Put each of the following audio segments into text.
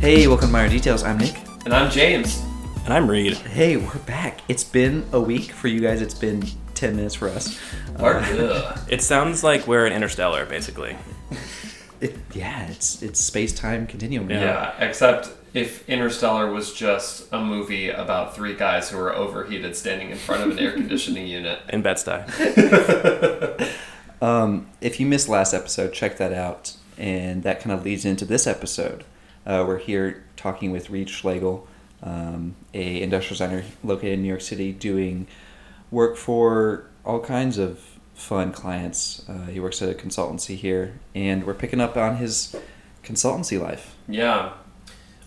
Hey, welcome to Minor Details. I'm Nick. And I'm James. And I'm Reed. Hey, we're back. It's been a week for you guys. It's been ten minutes for us. Or, Uh, ugh. It sounds like we're in Interstellar, basically. it- yeah, it's it's space time continuum. yeah. except if Interstellar was just a movie about three guys who were overheated standing in front of an air conditioning unit. In Bed-Stuy. Um, if you missed last episode, check that out, and that kind of leads into this episode. Uh, we're here talking with Reed Schlegel, um, a industrial designer located in New York City, doing work for all kinds of fun clients. Uh, he works at a consultancy here, and we're picking up on his consultancy life. Yeah.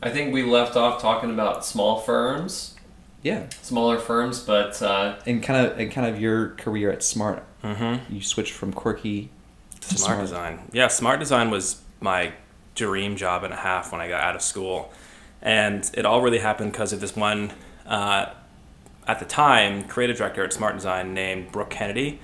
I think we left off talking about small firms, Yeah, smaller firms, but uh, and kind of and kind of your career at Smart. Mm-hmm. You switched from quirky to Smart, design. Yeah, smart design was my dream job and a half when I got out of school, and it all really happened because of this one, uh, at the time, creative director at Smart Design named Brooke Kennedy,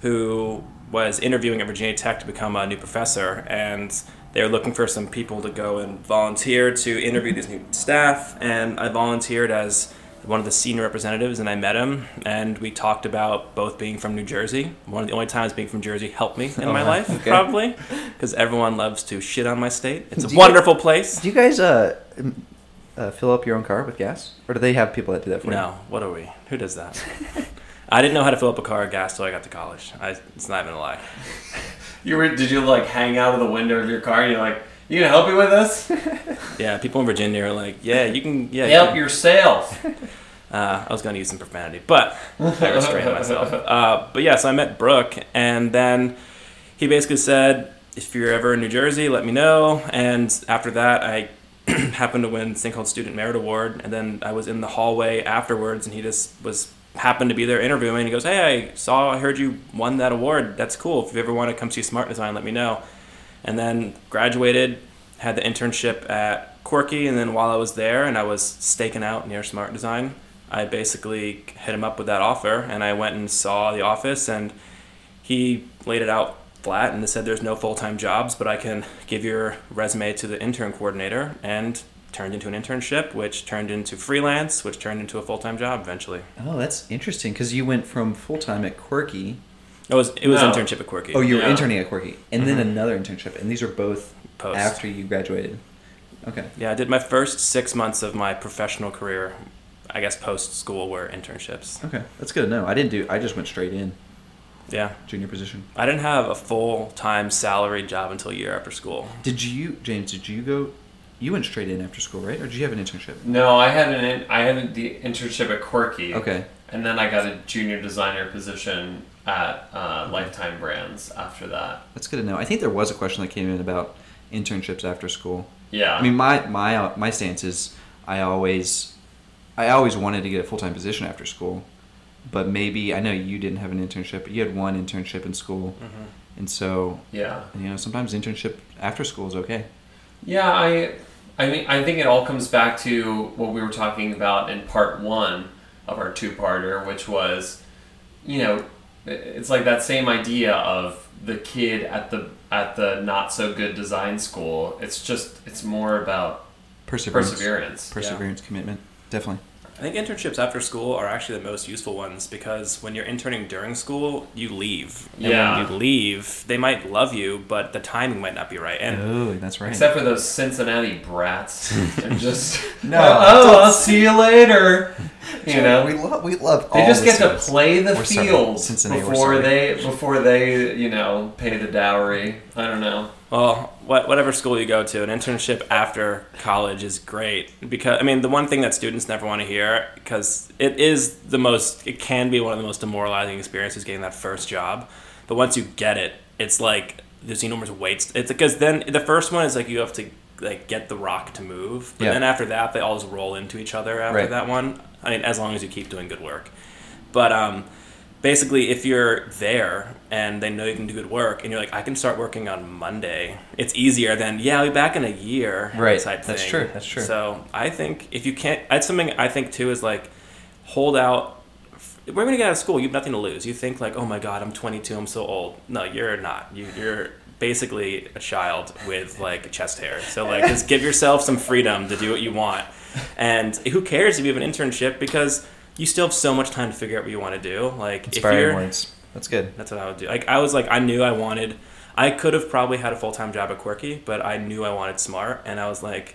who was interviewing at Virginia Tech to become a new professor, and they were looking for some people to go and volunteer to interview these new staff, and I volunteered as one of the senior representatives and I met him and we talked about both being from New Jersey. One of the only times being from Jersey helped me in my Oh, life, okay. probably, because everyone loves to shit on my state. It's Do a you- wonderful place. Do you guys uh, m- uh, fill up your own car with gas, or do they have people that do that for you? No, what are we? Who does that? I didn't know how to fill up a car of gas till I got to college. I, it's not even a lie. you were, did you like hang out of the window of your car and you're like, you gonna help me with this? Yeah, people in Virginia are like, yeah, you can. Yeah, you help can- yourself. Uh, I was going to use some profanity, but I restrained myself. Uh, but yeah, so I met Brooke, and then he basically said, "If you're ever in New Jersey, let me know." And after that, I happened to win this thing called Student Merit Award, and then I was in the hallway afterwards, and he just was happened to be there interviewing. And he goes, "Hey, I saw, I heard you won that award. That's cool. If you ever want to come see Smart Design, let me know." and then graduated, had the internship at Quirky, and then while I was there and I was staking out near Smart Design, I basically hit him up with that offer, and I went and saw the office, and he laid it out flat and said, "There's no full-time jobs, but I can give your resume to the intern coordinator," and turned into an internship, which turned into freelance, which turned into a full-time job eventually. Oh, that's interesting because you went from full time at Quirky. It was it was No. internship at Quirky. Oh, you were Yeah. interning at Quirky, and Mm-hmm. then another internship, and these are both Post. after you graduated. Okay. Yeah, I did my first six months of my professional career, I guess post school, were internships. Okay, that's good to know. I didn't do. I just went straight in Yeah. junior position. I didn't have a full time salaried job until a year after school. Did you, James? Did you go? You went straight in after school, right? Or did you have an internship? No, I had an in- I had the internship at Quirky. Okay. And then I got a junior designer position at uh, Lifetime Brands after that. That's good to know. I think there was a question that came in about internships after school. Yeah. I mean, my my uh, my stance is I always I always wanted to get a full time position after school, but maybe I know you didn't have an internship, but you had one internship in school, Mm-hmm. and so yeah. you know sometimes internship after school is okay. Yeah, I I mean I think it all comes back to what we were talking about in part 1 of our two-parter, which was you know, it's like that same idea of the kid at the at the not so good design school. It's just it's more about Perseverance, perseverance. perseverance, commitment, definitely. I think internships after school are actually the most useful ones because when you're interning during school, you leave. And Yeah. when you leave, they might love you, but the timing might not be right. And Oh, that's right. Except for those Cincinnati brats and just No. oh, oh, I'll see you later. You know, we love we love. they all just get to listeners. play the We're sorry, field Cincinnati, we're before sorry. they before they you know pay the dowry. I don't know. Well, what, whatever school you go to, an internship after college is great because I mean the one thing that students never want to hear because it is the most it can be one of the most demoralizing experiences getting that first job, but once you get it, it's like there's enormous weights. It's because then the first one is like you have to like get the rock to move, but Yeah. then after that they all just roll into each other after Right. that one. I mean, as long as you keep doing good work, but um basically if you're there and they know you can do good work and you're like i can start working on monday it's easier than yeah i'll be back in a year Right. type That's thing. true. That's true. so i think if you can't that's something i think too is like hold out when you get out of school you have nothing to lose you think like oh my god i'm 22 i'm so old no you're not you, you're basically a child with like chest hair. So like just give yourself some freedom to do what you want. And who cares if you have an internship because you still have so much time to figure out what you want to do. Like if Inspiring you're words. That's good. that's what I would do. Like I was like I knew I wanted I could have probably had a full time job at Quirky, but I knew I wanted smart and I was like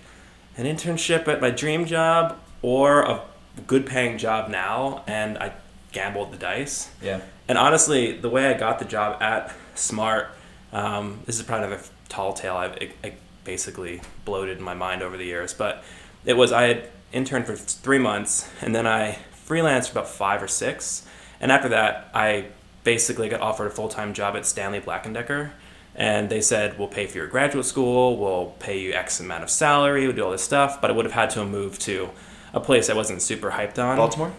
an internship at my dream job or a good paying job now and I gambled the dice. Yeah. And honestly, the way I got the job at Smart, um, this is probably another tall tale I've I, I basically bloated in my mind over the years, but it was I had interned for three months and then I freelanced for about five or six. And after that, I basically got offered a full time job at Stanley Black and Decker. And they said, we'll pay for your graduate school, we'll pay you X amount of salary, we'll do all this stuff. But I would have had to move to a place I wasn't super hyped on. Baltimore,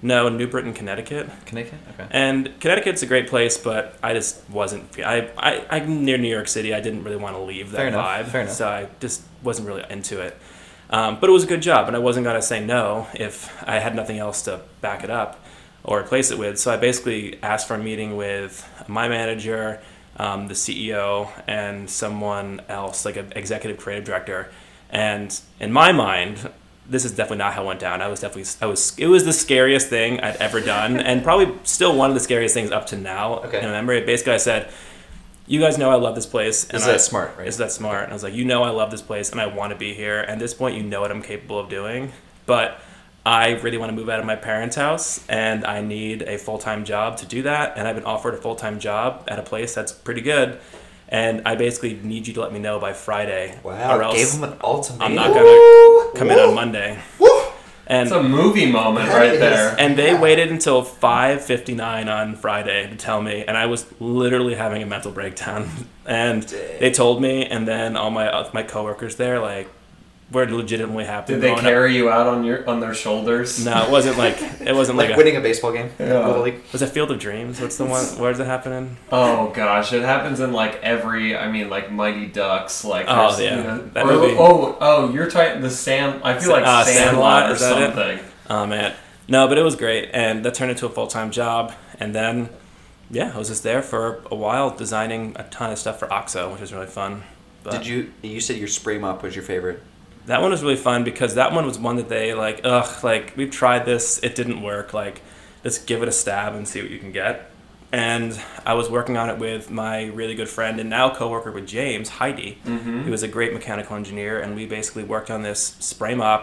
No, New Britain, Connecticut. Connecticut. Okay. And Connecticut's a great place, but I just wasn't. I, I, I'm near New York City. I didn't really want to leave that Fair enough, vibe. fair enough. So I just wasn't really into it. Um, but it was a good job, and I wasn't going to say no if I had nothing else to back it up or replace it with. So I basically asked for a meeting with my manager, um, the CEO, and someone else, like an executive creative director. And in my mind, this is definitely not how it went down. I was definitely, I was, it was the scariest thing I'd ever done, and probably still one of the scariest things up to now Okay. in my memory. Basically, I said, "You guys know I love this place." Is I- that smart? Right. is that smart? And I was like, you know, I love this place and I want to be here. And at this point, you know what I'm capable of doing, but I really want to move out of my parents' house and I need a full time job to do that. And I've been offered a full time job at a place that's pretty good. And I basically need you to let me know by Friday, or wow. else Gave him an ultimatum. I'm not gonna come in on Monday. And It's a movie moment That right is- there. and they waited until 5:59 on Friday to tell me, and I was literally having a mental breakdown. And they told me, and then all my uh, my coworkers there like were legitimately happy. Did they going up- carry you out on your on their shoulders? No, it wasn't like it wasn't like, Like a, winning a baseball game. Yeah. Little League. was it Field of Dreams? What's the one? Where's it happening? Oh gosh, it happens in like every. I mean, like Mighty Ducks, like Oh, there's, yeah. you know- That or- movie. oh oh, you're talking the Sam. I feel like Uh, Sandlot, Sandlot, or is that it? something. Oh man, no, but it was great, and that turned into a full time job, and then. Yeah, I was just there for a while designing a ton of stuff for OXO, which was really fun. But Did you? You said your spray mop was your favorite. That one was really fun because that one was one that they like, ugh, like we've tried this, it didn't work. Like, let's give it a stab and see what you can get. And I was working on it with my really good friend and now coworker with James, Heidi, who is a great mechanical engineer, and we basically worked on this spray mop.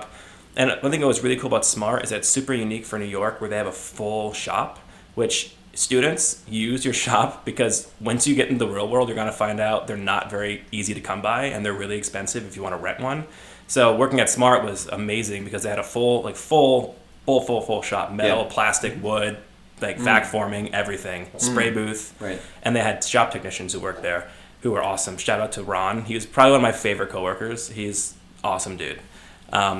And one thing that was really cool about Smart is that it's super unique for New York, where they have a full shop, which students use your shop because once you get into the real world, you're gonna find out they're not very easy to come by and they're really expensive if you want to rent one. So working at Smart was amazing because they had a full, like full, full, full, full shop, metal, Yeah. plastic, wood, like vac forming, everything, spray booth, Mm. Right. and they had shop technicians who worked there who were awesome. Shout out to Ron. He was probably one of my favorite coworkers. He's awesome dude. Um,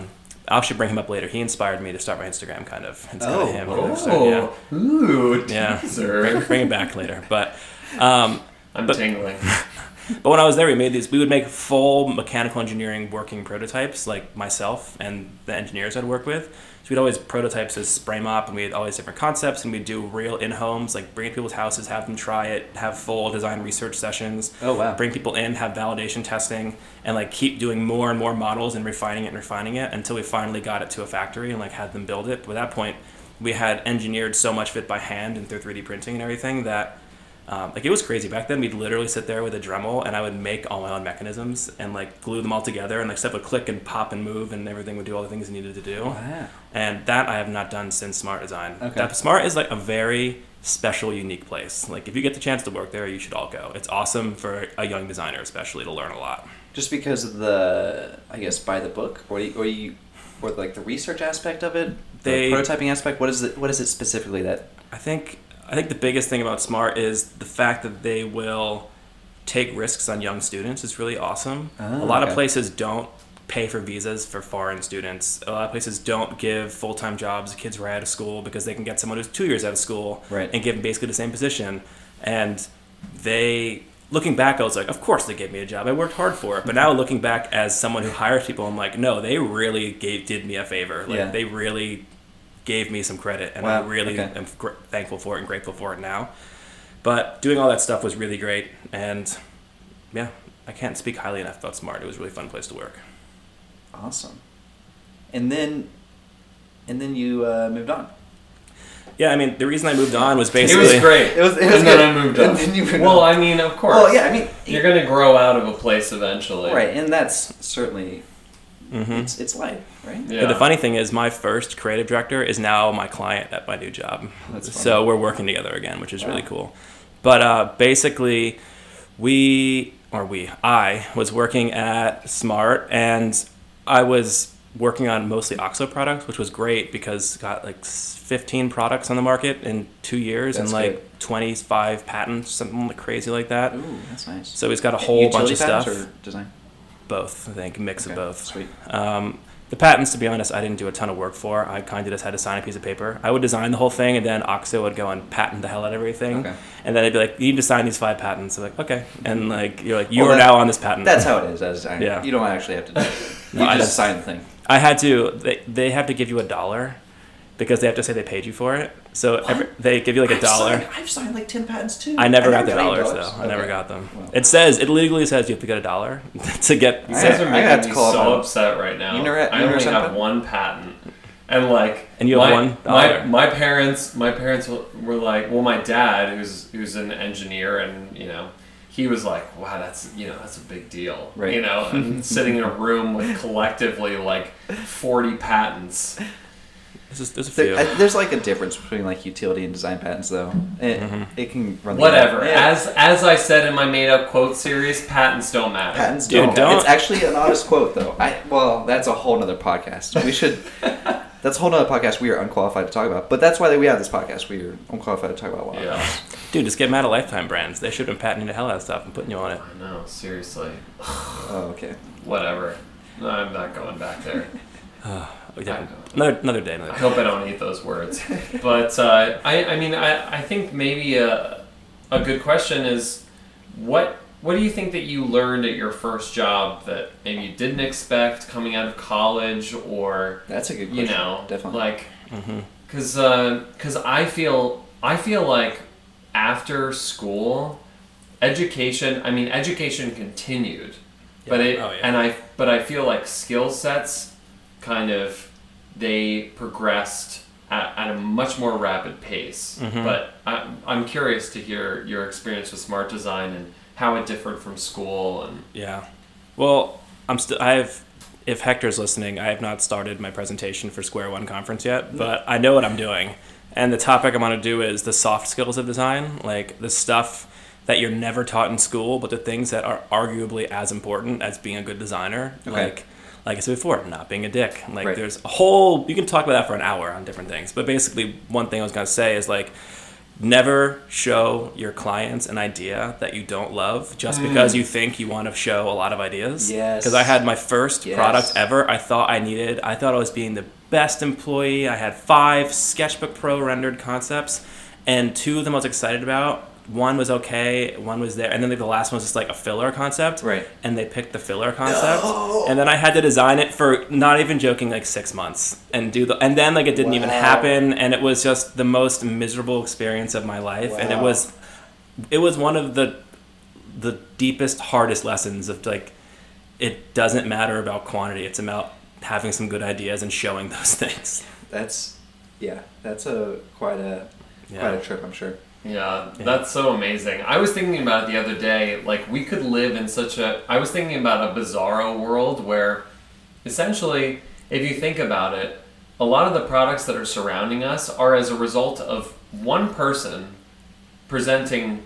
I should bring him up later. He inspired me to start my Instagram, kind of. It's kind Oh, of him. Oh, So, yeah. ooh, Yeah. teaser. Bring him back later. But um, I'm But- tingling. but when I was there, we made these. We would make full mechanical engineering working prototypes, like myself and the engineers I'd work with. So we'd always prototypes as spray mop, and we had all these different concepts, and we'd do real in homes, like bring it to people's houses, have them try it, have full design research sessions. Oh, wow. Bring people in, have validation testing, and like keep doing more and more models and refining it and refining it until we finally got it to a factory and like had them build it. But at that point, we had engineered so much of it by hand and through 3D printing and everything that um, like it was crazy back then. We'd literally sit there with a Dremel, and I would make all my own mechanisms and like glue them all together, and like stuff would click and pop and move, and everything would do all the things it needed to do. Wow. And that I have not done since Smart Design. Okay. That Smart is like a very special, unique place. Like if you get the chance to work there, you should all go. It's awesome for a young designer, especially to learn a lot. Just because of the, I guess, by the book, or you, or you, or like the research aspect of it, They- the prototyping aspect. What is it? What is it specifically that? I think I think the biggest thing about Smart is the fact that they will take risks on young students is really awesome. Ah, a lot okay. of places don't pay for visas for foreign students. A lot of places don't give full time jobs to kids who are out of school because they can get someone who's two years out of school Right. and give them basically the same position. And they looking back I was like, of course they gave me a job. I worked hard for it. But now looking back as someone who hires people, I'm like, no, they really gave did me a favor. Like Yeah. they really gave me some credit and Wow, I really okay. am gr- thankful for it and grateful for it now. But doing all that stuff was really great, and yeah, I can't speak highly enough about Smart. It was a really fun place to work. Awesome. And then, and then you uh, moved on. Yeah, I mean, the reason I moved on was basically It was great. It was- it was and then good. I moved And on. then you moved well, on. I mean, of course. Well, yeah, I mean, You're gonna grow out of a place eventually. right, and that's certainly Mhm. it's it's life, right? Yeah. But the funny thing is, my first creative director is now my client at my new job. That's funny. so we're working together again, which is really Wow. cool. But uh, basically, we or we I was working at Smart, and I was working on mostly OXO products, which was great because got like s- 15 products on the market in two years That's and like good. 25 patents, something like crazy like that. Ooh, that's nice. So he's got a whole bunch Utility of patents stuff. or design. Both, I think, mix Okay, of both. Sweet. Um, the patents, to be honest, I didn't do a ton of work for. I kind of just had to sign a piece of paper. I would design the whole thing, and then Oxo would go and patent the hell out of everything. Okay. Mm-hmm. And then they'd be like, "You need to sign these five patents." I'm like, "Okay." And like, you're like, "You Well, are that- now on this patent." That's how it is as a designer. Yeah. You don't actually have to do it. You No, I just just- sign the thing. I had to. They, they have to give you a dollar because they have to say they paid you for it. So every, they give you like a I've dollar. signed- I've signed like ten patents too. I never got the any dollars though. I never Okay. got them. Well. It says it legally says you have to get a dollar to get. You I- guys are I had making to me call so my- upset right now. You know- you I know only have something? one patent, and like, And you have my, one dollar. My, my parents, my parents were were like, well, my dad, who's who's an engineer, and you know, he was like, wow, that's you know, that's a big deal, Right. You know, and sitting in a room with collectively like forty patents. There's, just- there's a few. There, I, there's like a difference between like utility and design patents though. It, Mm-hmm. it can run the- Whatever. Yeah. As as I said in my made up quote series, patents don't matter. patents Dude, don't. don't- It's actually an honest quote though. I well, that's a whole nother podcast. We should. That's a whole nother podcast we are unqualified to talk about. But that's why we have this podcast. We are unqualified to talk about a lot. of Yeah. things. Dude, just get mad at Lifetime Brands. They should have been patenting the hell out of stuff and putting you on it. I know. Seriously. Oh, okay. Whatever. No, I'm not going back there. I Yeah, know. another another day. Another I day. hope I don't eat those words. But uh, I, I mean, I, I think maybe a, a good question is what what do you think that you learned at your first job that maybe you didn't expect coming out of college or That's a good. Question. you know definitely. like because because I feel I feel like after school education I mean education continued but Yeah. it Oh, yeah. and I but I feel like skill sets kind of they progressed at, at a much more rapid pace but I, I'm curious to hear your experience with smart design and how it differed from school and Yeah. Well, I'm still. I have. If Hector's listening, I have not started my presentation for Square One conference yet, but I know what I'm doing. And the topic I'm going to do is the soft skills of design, like the stuff that you're never taught in school, but the things that are arguably as important as being a good designer. Okay. Like, like I said before, not being a dick. Like, Right. there's a whole. You can talk about that for an hour on different things, but basically, one thing I was going to say is like, never show your clients an idea that you don't love just because you think you want to show a lot of ideas. Mm. Yes. Because I had my first Yes. product ever. I thought I needed. I thought I was being the best employee. I had five sketchbook pro rendered concepts, and two of them I was excited about. One was okay, one was there, and then like, the last one was just like a filler concept. Right. And they picked the filler concept, and then I had to design it for not even joking like six months, and do the, and then like it didn't even Wow. happen and it was just the most miserable experience of my life and it Wow. was it was one of the the deepest hardest lessons of like it doesn't matter about quantity it's about having some good ideas and showing those things that's yeah. That's a quite a Yeah. quite a trip. I'm sure. Yeah, Yeah. that's so amazing. I was thinking about it the other day. Like, we could live in such a. I was thinking about a bizarro world where essentially, if you think about it, a lot of the products that are surrounding us are as a result of one person presenting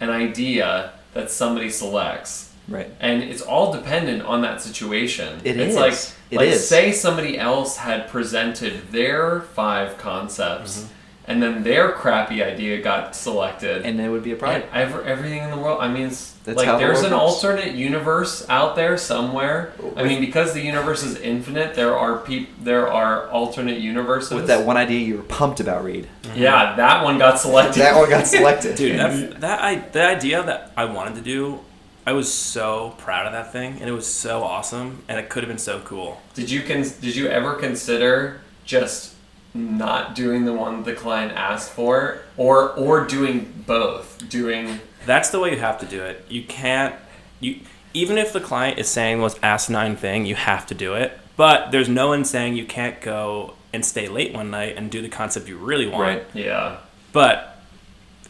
an idea that somebody selects. Right. And it's all dependent on that situation. It it's is. like, It like is. say somebody else had presented their five concepts, and then their crappy idea got selected. Mm-hmm. And it would be a And problem. ev- everything in the world. I mean, it's, That's how like the there's world an works. alternate universe out there somewhere. I mean, because the universe is infinite, there are peop- there are alternate universes. With that one idea you were pumped about, Reed. yeah, that one got selected. That one got selected. dude that, that i the idea that i wanted to do i was so proud of that thing and it was so awesome and it could have been so cool Did you con- did you ever consider just not doing the one the client asked for or or doing both? Doing that's the way you have to do it you can't you even if the client is saying the most asinine thing, you have to do it. But there's no one saying you can't go and stay late one night and do the concept you really want. Right. Yeah. But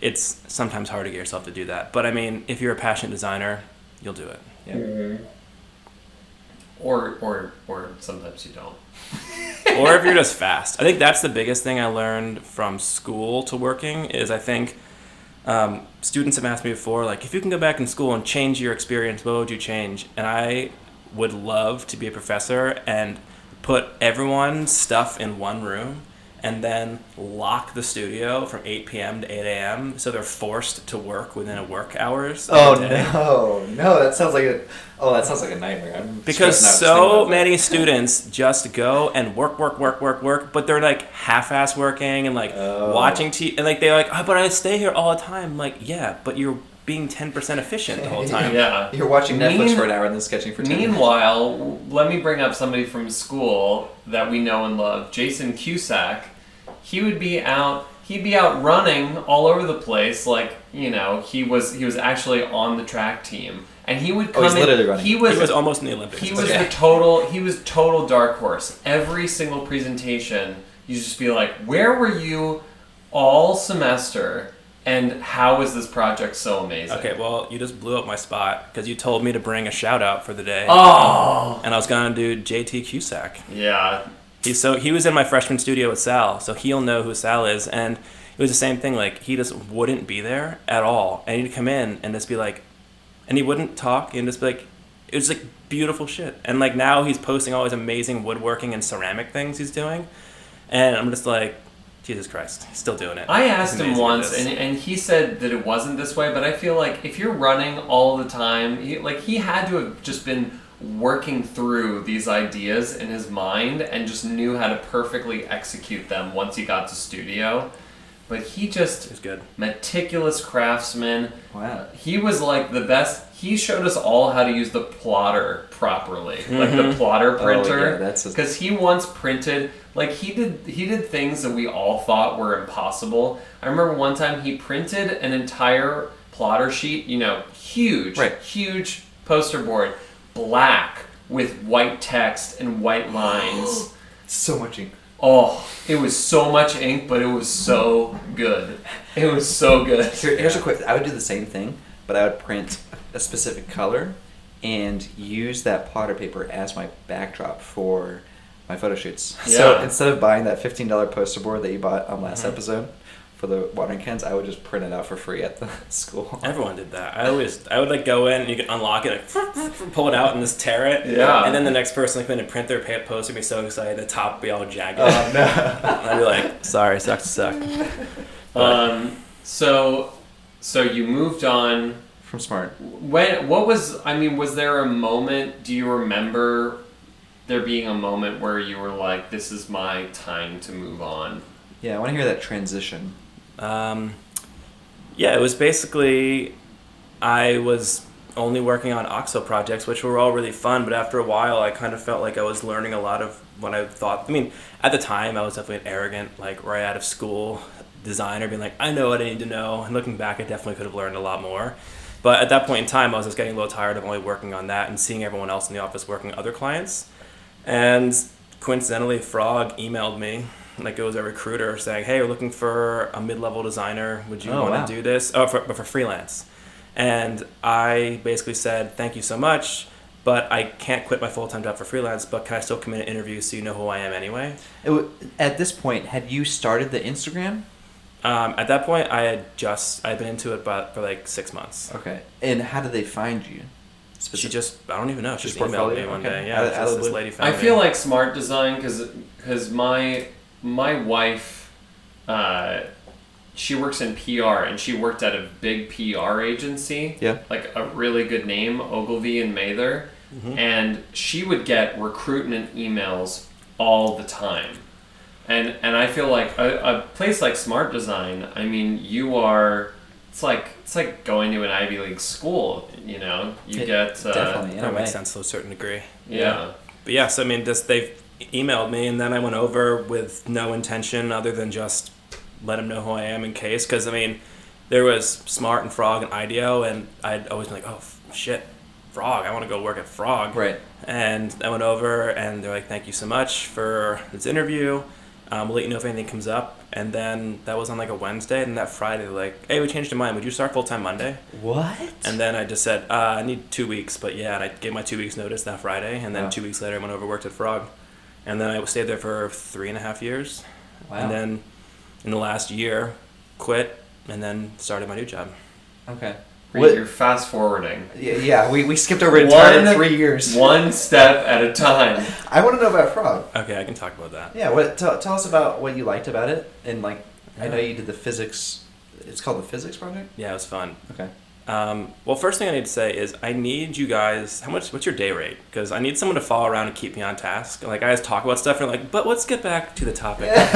it's sometimes hard to get yourself to do that. But I mean, if you're a passionate designer, you'll do it. Yeah. Or or or sometimes you don't. or if you're just fast. I think that's the biggest thing I learned from school to working is I think um, students have asked me before, like, if you can go back in school and change your experience, what would you change? And I would love to be a professor and put everyone's stuff in one room and then lock the studio from 8 p.m. to 8 a.m. so they're forced to work within a work hours. of Oh the day. no, no, that sounds like a oh that sounds like a nightmare. I'm Because stressing out just so thinking about many students just go and work, work, work, work, work, but they're like half-ass working and like Oh. watching TV, and like they're like, oh, but I stay here all the time. Like, yeah, but you're being ten percent efficient the whole time. Yeah. that. You're watching Netflix Mean- for an hour and then sketching for ten. Meanwhile, w- let me bring up somebody from school that we know and love, Jason Cusack. He would be out. He'd be out running all over the place, like you know, he was he was actually on the track team, and he would Oh, come. he's in- literally running. He He was was almost in the Olympics. he was Okay. the total. He was total dark horse. Every single presentation, you just be like, "Where were you all semester? And how is this project so amazing?" okay, well, you just blew up my spot because you told me to bring a shout out for the day, Oh and I was gonna do JT Cusack. yeah, He's so he was in my freshman studio with Sal, so he'll know who Sal is. And it was the same thing. Like he just wouldn't be there at all, and he'd come in and just be like, and he wouldn't talk and just be like, it was like beautiful shit. And like now he's posting all these amazing woodworking and ceramic things he's doing, and I'm just like, Jesus Christ, he's still doing it. I He's asked him amazing at once, this. and, and he said that it wasn't this way, but I feel like if you're running all the time, he, like he had to have just been working through these ideas in his mind and just knew how to perfectly execute them once he got to studio. But he it was just good. meticulous craftsman. Wow. He was like the best. He showed us all how to use the plotter properly, like the plotter printer. Mm-hmm. Oh, yeah, that's a- because he once printed like he did. He did things that we all thought were impossible. I remember one time he printed an entire plotter sheet. You know, huge, Right. huge poster board, black with white text and white lines. So much ink. oh, it was so much ink, but it was so good. It was so good. Here, here's a quick. I would do the same thing, but I would print a specific color and use that plotter paper as my backdrop for my photo shoots. So Yeah. instead of buying that fifteen dollar poster board that you bought on last episode for the watering cans, I would just print it out for free at the school. Everyone did that. I always, I would like go in and you could unlock it, like, pull it out and just tear it. Yeah. And then the next person like, in to print their pa- poster would be so excited, the top would be all jagged. Uh-huh. Oh no! And I'd be like, sorry, sucks to suck. Um, so, so you moved on. From Smart. When? What was? I mean, was there a moment? Do you remember there being a moment where you were like, "This is my time to move on"? Yeah, I want to hear that transition. Um, yeah, it was basically I was only working on OXO projects, which were all really fun, but after a while, I kind of felt like I was learning a lot of what I thought. I mean, at the time, I was definitely an arrogant, like, right out of school designer, being like, I know what I need to know. And looking back, I definitely could have learned a lot more. But at that point in time, I was just getting a little tired of only working on that and seeing everyone else in the office working other clients. And coincidentally, Frog emailed me, like it was a recruiter saying, "Hey, we're looking for a mid-level designer. Would you Oh, want to wow. do this? Oh, for, but for freelance." And I basically said, "Thank you so much." But I can't quit my full time job for freelance. But can I still come in an interview so you know who I am anyway? It w- at this point, had you started the Instagram? Um, at that point, I had just I'd been into it, but for like six months. Okay. And how did they find you? She just I don't even know. She Just just emailed me portfolio? one Okay. day. Out Yeah, of- out just of this blue. lady found I me. feel like smart design because my my wife uh, she works in PR and she worked at a big PR agency. Yeah. like a really good name, Ogilvy and Mather, and she would get recruitment emails all the time. And and I feel like a, a place like Smart Design, I mean, you are it's like it's like going to an Ivy League school, you know. You It- get uh, Definitely. in a that way. makes sense to a certain degree. yeah. But yes, I mean, just they've emailed me, and then I went over with no intention other than just let them know who I am in case. Because I mean, there was Smart and Frog and IDEO, and I'd always been like, oh f- shit, Frog. I want to go work at Frog. Right. And I went over, and they're like, "Thank you so much for this interview. Um, we'll let you know if anything comes up." And then that was on like a Wednesday, and that Friday, they're like, "Hey, we changed our mind. Would you start full time Monday?" What? And then I just said, uh, "I need two weeks," but yeah, and I gave my two weeks notice that Friday, and then Wow. two weeks later, I went over worked at Frog, and then I stayed there for three and a half years, wow. and then in the last year, quit, and then started my new job. okay. Reed, You're fast forwarding. Yeah, yeah we, we skipped over an entire One- three years. One step at a time. I want to know about Frog. Okay, I can talk about that. Yeah, what? Tell, tell us about what you liked about it, and like, I know you did the physics. It's called the physics project. Yeah, it was fun. Okay. Um, well, first thing I need to say is I need you guys. How much? What's your day rate? Because I need someone to follow around and keep me on task. Like I always talk about stuff and like, but let's get back to the topic.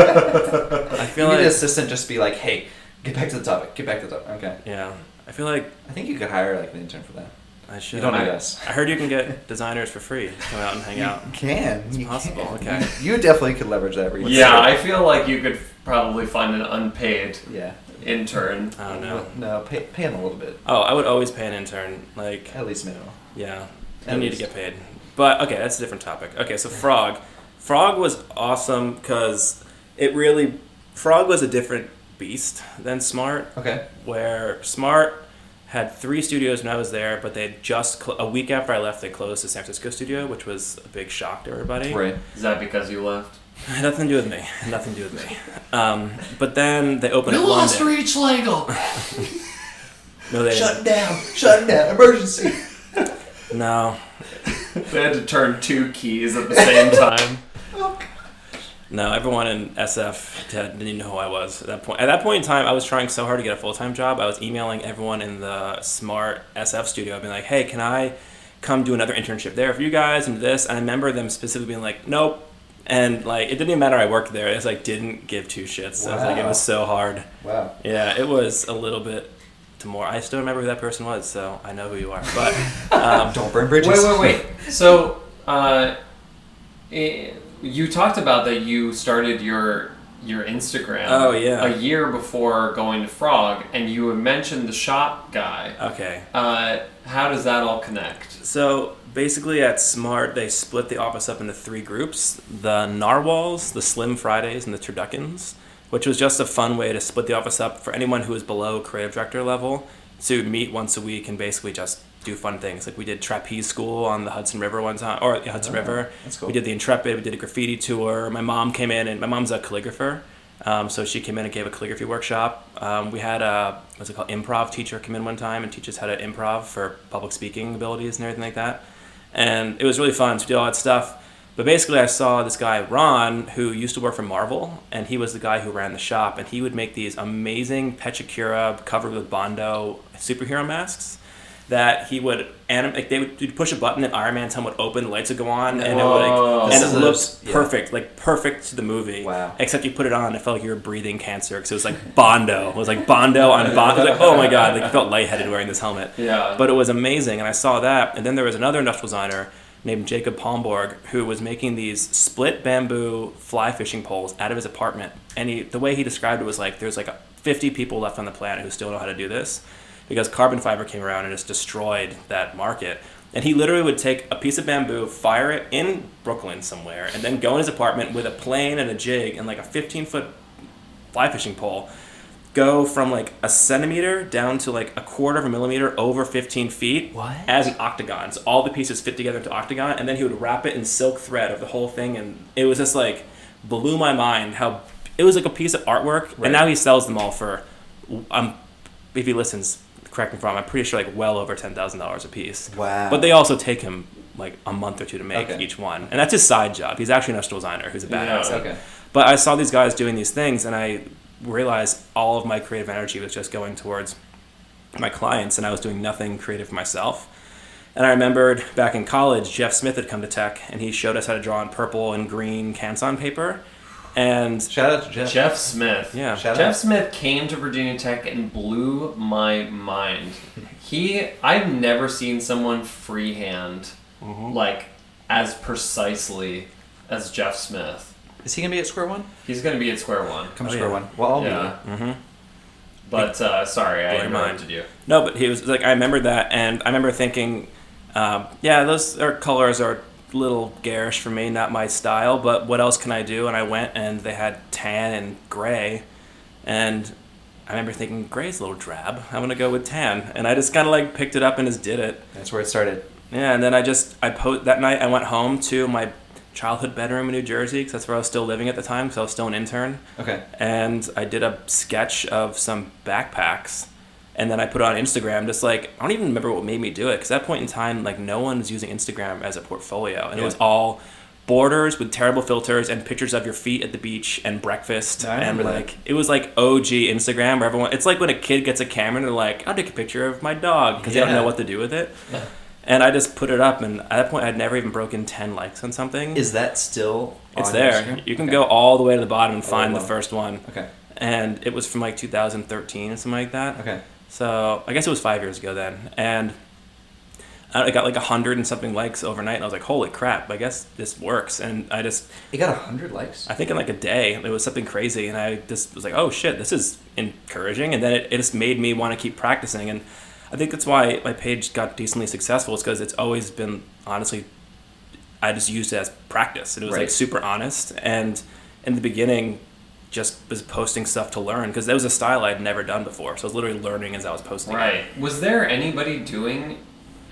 I You feel need like an assistant just be like, hey, get back to the topic. Get back to the topic. Okay. yeah. I feel like I think you could hire like an intern for that. I should. You don't I, need us. I heard you can get designers for free. to Come out and hang out. You can. It's possible, okay. You definitely could leverage that. resource. yeah, I feel like you could probably find an unpaid Yeah. intern. I don't know. No, pay, pay him a little bit. Oh, I would always pay an intern. Like At least minimal. Yeah, At I need to least. get paid. But okay, that's a different topic. Okay, so Frog, Frog was awesome because it really Frog was a different beast than Smart. Okay. Where Smart had three studios when I was there, but they had just cl- a week after I left, they closed the San Francisco studio, which was a big shock to everybody. Right. Is that because you left? Nothing to do with me. Nothing to do with me. Um, but then they opened. up London. Reach Legal. No, they Shut down. Shut down. Emergency. no, They had to turn two keys at the same time. No, everyone in SF didn't even know who I was at that point. At that point in time, I was trying so hard to get a full time job. I was emailing everyone in the smart SF studio, being like, "Hey, can I come do another internship there for you guys and this?" And I remember them specifically being like, "Nope," and like it didn't even matter. I worked there. It's like didn't give two shits. I was like, it Wow. was so hard. Wow. Yeah, it was a little bit. More, I still remember who that person was, so I know who you are. But um, Don't burn bridges. Wait, wait, wait. So, uh, eh, you talked about that you started your your Instagram. Oh, yeah. A year before going to Frog, and you had mentioned the shop guy. okay, Uh, how does that all connect? So basically, at Smart, they split the office up into three groups: the Narwhals, the Slim Fridays, and the Turduckins, which was just a fun way to split the office up for anyone who was below creative director level to meet once a week and basically just do fun things. Like we did trapeze school on the Hudson River one time, or the Hudson Oh, River. that's cool. We did the Intrepid. We did a graffiti tour. My mom came in, and my mom's a calligrapher. Um, so she came in and gave a calligraphy workshop. Um, we had a what's it called improv teacher come in one time and teach us how to improv for public speaking abilities and everything like that. And it was really fun to do all that stuff. But basically, I saw this guy Ron who used to work for Marvel, and he was the guy who ran the shop, and he would make these amazing Pechakura covered with Bondo superhero masks. That he would anim- like they would you'd push a button and Iron Man's helmet would open, the lights would go on, and it would Whoa. like, and This it is a- looks yeah. perfect perfect, like perfect to the movie. Wow. Except you put it on, and it felt like you were breathing cancer because it was like Bondo. It was like Bondo on Bondo. It was like, oh my god, like you felt lightheaded wearing this helmet. Yeah. But it was amazing, and I saw that. And then there was another industrial designer named Jacob Palmborg who was making these split bamboo fly fishing poles out of his apartment. And he, the way he described it was like there's like 50 people left on the planet who still know how to do this because carbon fiber came around and just destroyed that market. And he literally would take a piece of bamboo, fire it in Brooklyn somewhere, and then go in his apartment with a plane and a jig and like a 15 foot fly fishing pole go from like a centimeter down to like a quarter of a millimeter over 15 feet What? as an octagon. So all the pieces fit together into octagon, and then he would wrap it in silk thread of the whole thing, and it was just like blew my mind how it was like a piece of artwork. Right. And now he sells them all for, um, if he listens, correct me if I'm wrong, I'm pretty sure like well over ten thousand dollars a piece. Wow. But they also take him like a month or two to make Okay. each one, and that's his side job. He's actually an industrial designer who's a badass. Yeah. Okay. But I saw these guys doing these things, and I realized all of my creative energy was just going towards my clients, and I was doing nothing creative for myself. And I remembered back in college, Jeff Smith had come to tech, and he showed us how to draw on purple and green Canson paper. And Shout out to Jeff. Jeff Smith. yeah, Shout Jeff out. Smith came to Virginia Tech and blew my mind. He, I've never seen someone freehand Mm-hmm. like as precisely as Jeff Smith. Is he gonna be at square one? He's going to be at square one. Come Mm-hmm. Oh, square yeah. one. Well, I'll be yeah. there. But uh, sorry, I Blow your mind. interrupted you. No, but he was like, I remember that, and I remember thinking, Um, yeah, those are, colors are a little garish for me, not my style. But what else can I do? And I went, and they had tan and gray, and I remember thinking gray's a little drab. I'm gonna go with tan, and I just kind of like picked it up and just did it. That's where it started. Yeah, and then I just I po- that night I went home to my childhood bedroom in New Jersey because that's where I was still living at the time because I was still an intern. Okay. And I did a sketch of some backpacks, and then I put it on Instagram. Just like I don't even remember what made me do it because that point in time, like no one was using Instagram as a portfolio, and it Yeah. was all borders with terrible filters and pictures of your feet at the beach and breakfast I and remember that. like it was like OG Instagram where everyone it's like when a kid gets a camera and they're like I'll take a picture of my dog because they don't Yeah. know what to do with it and I just put it up and at that point I'd never even broken 10 likes on something Is that still? it's on there. Instagram? You can Okay. Oh, go all the way to the bottom and find the wow. first one. Okay. And it was from like 2013 or something like that. Okay. So I guess it was five years ago then. And I I got like a hundred and something likes overnight, and I was like, "Holy crap! I guess this works." And I just, It got hundred likes. I think in like a day, it was something crazy, and I just was like, "Oh shit! This is encouraging." And then it, it just made me want to keep practicing, and I think that's why my page got decently successful. Is because it's always been honestly I just used it as practice. And it was like Right. super honest. And in the beginning, just was posting stuff to learn because that was a style I'd never done before. So I was literally learning as I was posting. it. Right. Was there anybody doing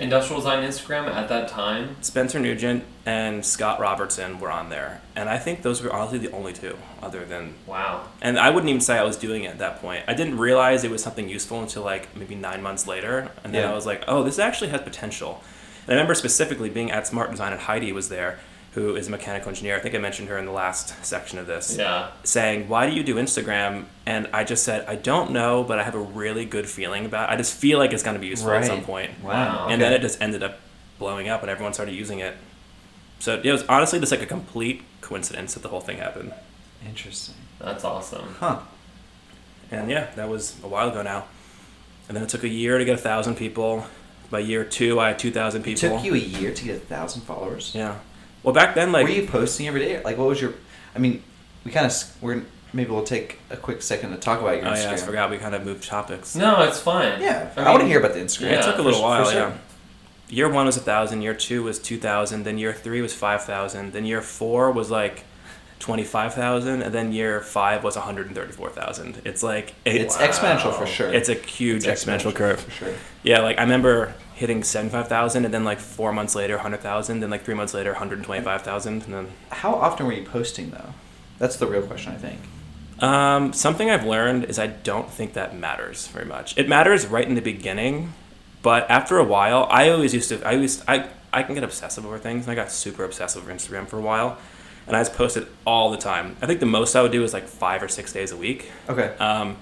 industrial design Instagram at that time? Spencer Nugent and Scott Robertson were on there. And I think those were honestly the only two other than. Wow. And I wouldn't even say I was doing it at that point. I didn't realize it was something useful until like maybe nine months later. And then Yeah. I was like, oh, this actually has potential. And I remember specifically being at Smart Design and Heidi was there, who is a mechanical engineer. I think I mentioned her in the last section of this. Yeah. saying, "Why do you do Instagram?" And I just said, "I don't know, but I have a really good feeling about. It. I just feel like it's going to be useful at some point." Wow. And then Okay. it just ended up blowing up, and everyone started using it. So it was honestly just like a complete coincidence that the whole thing happened. Interesting. That's awesome. Huh. And yeah, that was a while ago now. And then it took a year to get a thousand people. By year two, I had two thousand It people. took you a year to get a thousand followers. yeah. Well, back then, like were you posting every day? Like, what was your? I mean, we kind of we're maybe we'll take a quick second to talk about your oh Instagram. yeah, I forgot we kind of moved topics. No, it's fine. Yeah, I, mean, want to hear about the Instagram. Yeah, it Yeah, took a little for- for while. sure. Yeah. Year one was a thousand. Year two was two thousand. Then year three was five thousand. Then year four was like twenty five thousand, and then year five was one hundred and thirty four thousand. It's like it- It's exponential for sure. It's a huge It's exponential, curve. for sure. Yeah, like I remember hitting seventy five thousand, and then like four months later, hundred thousand. Then like three months later, one hundred twenty five thousand, and then. How often were you posting though? That's the real question, I think. Um, something I've learned is I don't think that matters very much. It matters right in the beginning, but after a while, I always used to. I always I I can get obsessive over things, and I got super obsessive over Instagram for a while, and I just posted all the time. I think the most I would do is like five or six days a week. Okay. Um,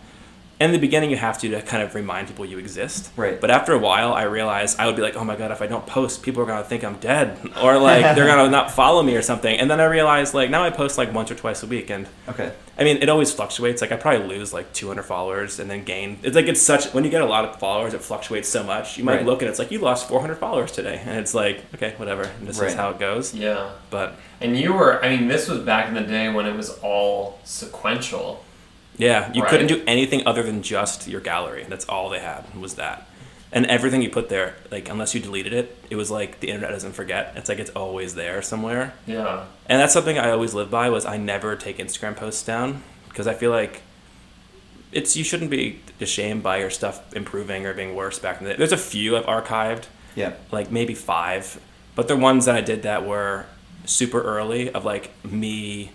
in the beginning, you have to to kind of remind people you exist. Right. But after a while, I realized I would be like, oh my god, if I don't post, people are gonna think I'm dead, or like they're gonna not follow me or something. And then I realized like now I post like once or twice a week, and okay. I mean, it always fluctuates. Like I probably lose like 200 followers and then gain. It's like it's such when you get a lot of followers, it fluctuates so much. You might Right. look and it's like you lost 400 followers today, and it's like okay, whatever. This Right. is how it goes. Yeah. But And you were, I mean, this was back in the day when it was all sequential. yeah, you Right. couldn't do anything other than just your gallery. That's all they had was that, and everything you put there, like unless you deleted it, it was like the internet doesn't forget. It's like it's always there somewhere. Yeah. and that's something I always live by was I never take Instagram posts down because I feel like it's you shouldn't be ashamed by your stuff improving or being worse back in the There's a few I've archived, Yeah. like maybe five, but the ones that I did that were super early of like me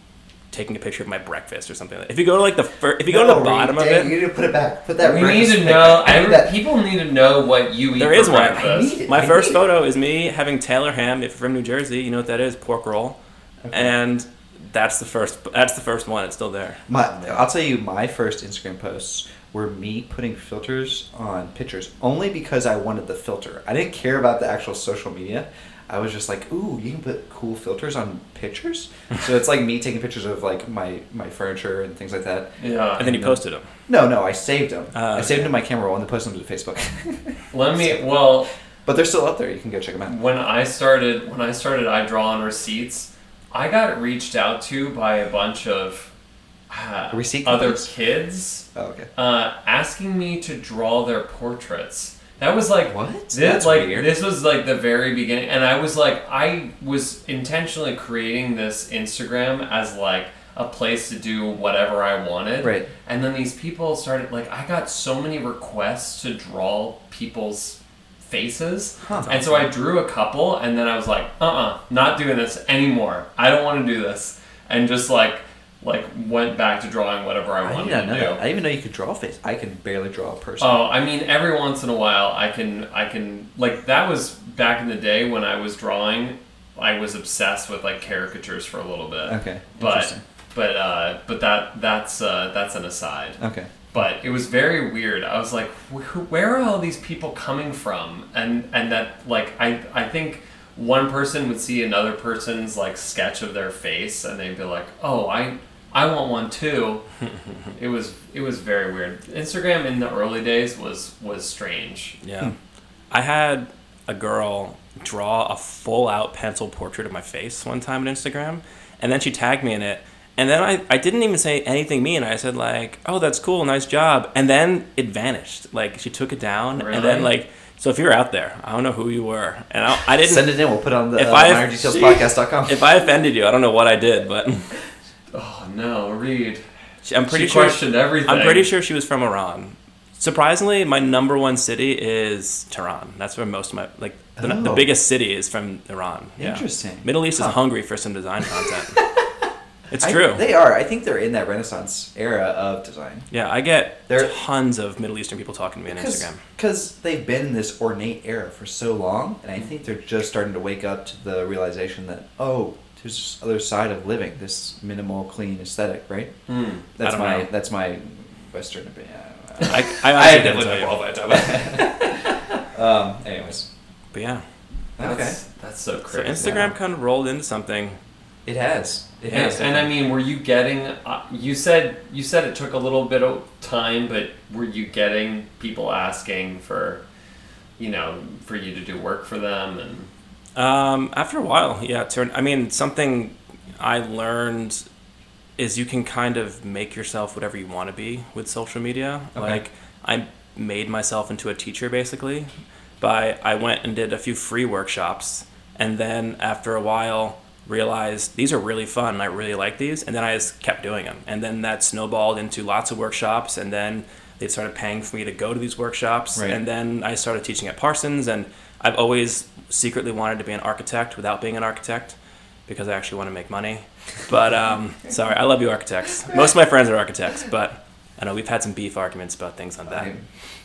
taking a picture of my breakfast or something. like If you go to like the fir- if you go to the bottom of it, You need to put it back. Put that. we breakfast need to pic know, back. I I need that. people need to know what you eat There for is one. I breakfast. need it. My I first need it. photo is me having Taylor ham. If you're from New Jersey, you know what that is, pork roll, and that's the first. That's the first one. It's still there. My, I'll tell you, my first Instagram posts were me putting filters on pictures only because I wanted the filter. I didn't care about the actual social media. I was just like, ooh, you can put cool filters on pictures. so it's like me taking pictures of like my my furniture and things like that. Yeah. And then you Yeah. posted them. No, no, I saved them. Ah, I saved okay. them to my camera roll and then posted them to Facebook. Let me, well, but they're still up there. You can go check them out. when I started when I started I draw on receipts, I got reached out to by a bunch of uh, Receipt other companies? kids Oh, okay. uh, asking me to draw their portraits. That was like What? This, That's like weird. this was like the very beginning, and I was like, I was intentionally creating this Instagram as like a place to do whatever I wanted. Right. And then these people started like I got so many requests to draw people's faces, and so I drew a couple, and then I was like, uh, uh not doing this anymore. I don't want to do this, and just like like went back to drawing whatever I I did wanted not to know do. that. I didn't even know you could draw a face. I can barely draw a person. Oh, I mean, every once in a while, I can, I can, like that was back in the day when I was drawing. I was obsessed with like caricatures for a little bit. Okay, but interesting. but uh, but that that's uh, that's an aside. Okay. But it was very weird. I was like, "Wh- who- where are all these people coming from? And and that like I I think one person would see another person's like sketch of their face and they'd be like, oh I I want one too. it was it was very weird. Instagram in the early days was was strange. Yeah. I had a girl draw a full out pencil portrait of my face one time on Instagram, and then she tagged me in it. And then I, I didn't even say anything mean. I said, like, oh, that's cool, nice job. And then it vanished. Like, she took it down. And Really? then, like, so if you're out there, I don't know who you were. And I, I didn't. Send it in. We'll put it on the If uh, I- minordetailspodcast.com. if I offended you, I don't know what I did, but Oh no, Reed. she- I'm pretty she sure. questioned everything. I'm pretty sure she was from Iran. Surprisingly, my number one city is Tehran. That's where most of my like the, the Oh. biggest city is from Iran. Yeah. Interesting. Middle East Huh. is hungry for some design content. it's I- true. they are. I think they're in that Renaissance era of design. yeah, I get They're- tons of Middle Eastern people talking to me on Instagram. Because they've been in this ornate era for so long, and I think they're just starting to wake up to the realization that, oh, there's this other side of living, this minimal, clean aesthetic, right? Hmm. That's don't my know. that's my Western opinion. I don't know. I, I, I honestly had couldn't definitely tell you. all that time. um, anyways, But yeah, That's, okay, That's so so crazy. Instagram Yeah. kind of rolled into something. it has, it Yeah, has, and I mean, were you getting? Uh, you said you said it took a little bit of time, but were you getting people asking for, you know, for you to do work for them? And Um, after a while, yeah. it Turned. I mean, something I learned is you can kind of make yourself whatever you want to be with social media. Okay. Like I made myself into a teacher basically by I went and did a few free workshops, and then after a while realized these are really fun. I really like these, and then I just kept doing them, and then that snowballed into lots of workshops, and then they started paying for me to go to these workshops, Right. and then I started teaching at Parsons, and I've always secretly wanted to be an architect without being an architect because I actually want to make money. But um, sorry, I love you architects. Most of my friends are architects, but I know we've had some beef arguments about things on that. I-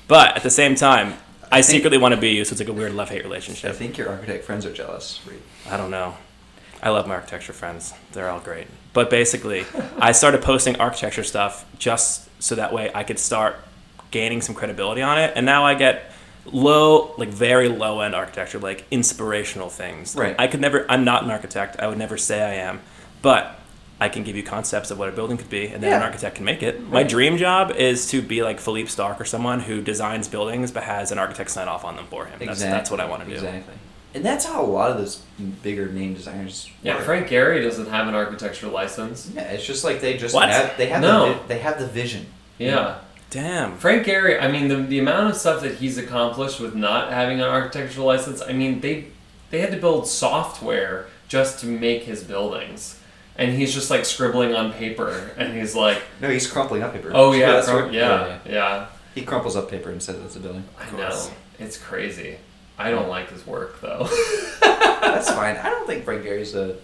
But at the same time, I, think- secretly want to be you, so it's like a weird love hate I relationship. think your architect friends are jealous. Reed. I don't know. I love my architecture friends. They're all great. But basically, I started posting architecture stuff just so that way I could start gaining some credibility on it. And now I get low, like very low end architecture, like inspirational things. Right. I could never, I'm not an architect. I would never say I am. But I can give you concepts of what a building could be, and then an Yeah. architect can make it. My dream job is to be like Philippe Stark or someone who designs buildings but has an architect sign off on them for him. That's, that's what I want to do. Exactly, and that's how a lot of those bigger name designers. yeah, work. Frank Gehry doesn't have an architecture license. Yeah, it's just like they just What? have they have No. the, vi- they have the vision. Yeah, Damn. Frank Gehry. I mean, the the amount of stuff that he's accomplished with not having an architectural license. I mean, they they had to build software just to make his buildings, and he's just like scribbling on paper, and he's like, No, he's crumpling up paper. oh yeah, That's cr- right. yeah, yeah. He crumples up paper and says it's a building. I course. know. It's crazy. I Mm. don't like his work though. That's fine. I don't think Frank Gary's a.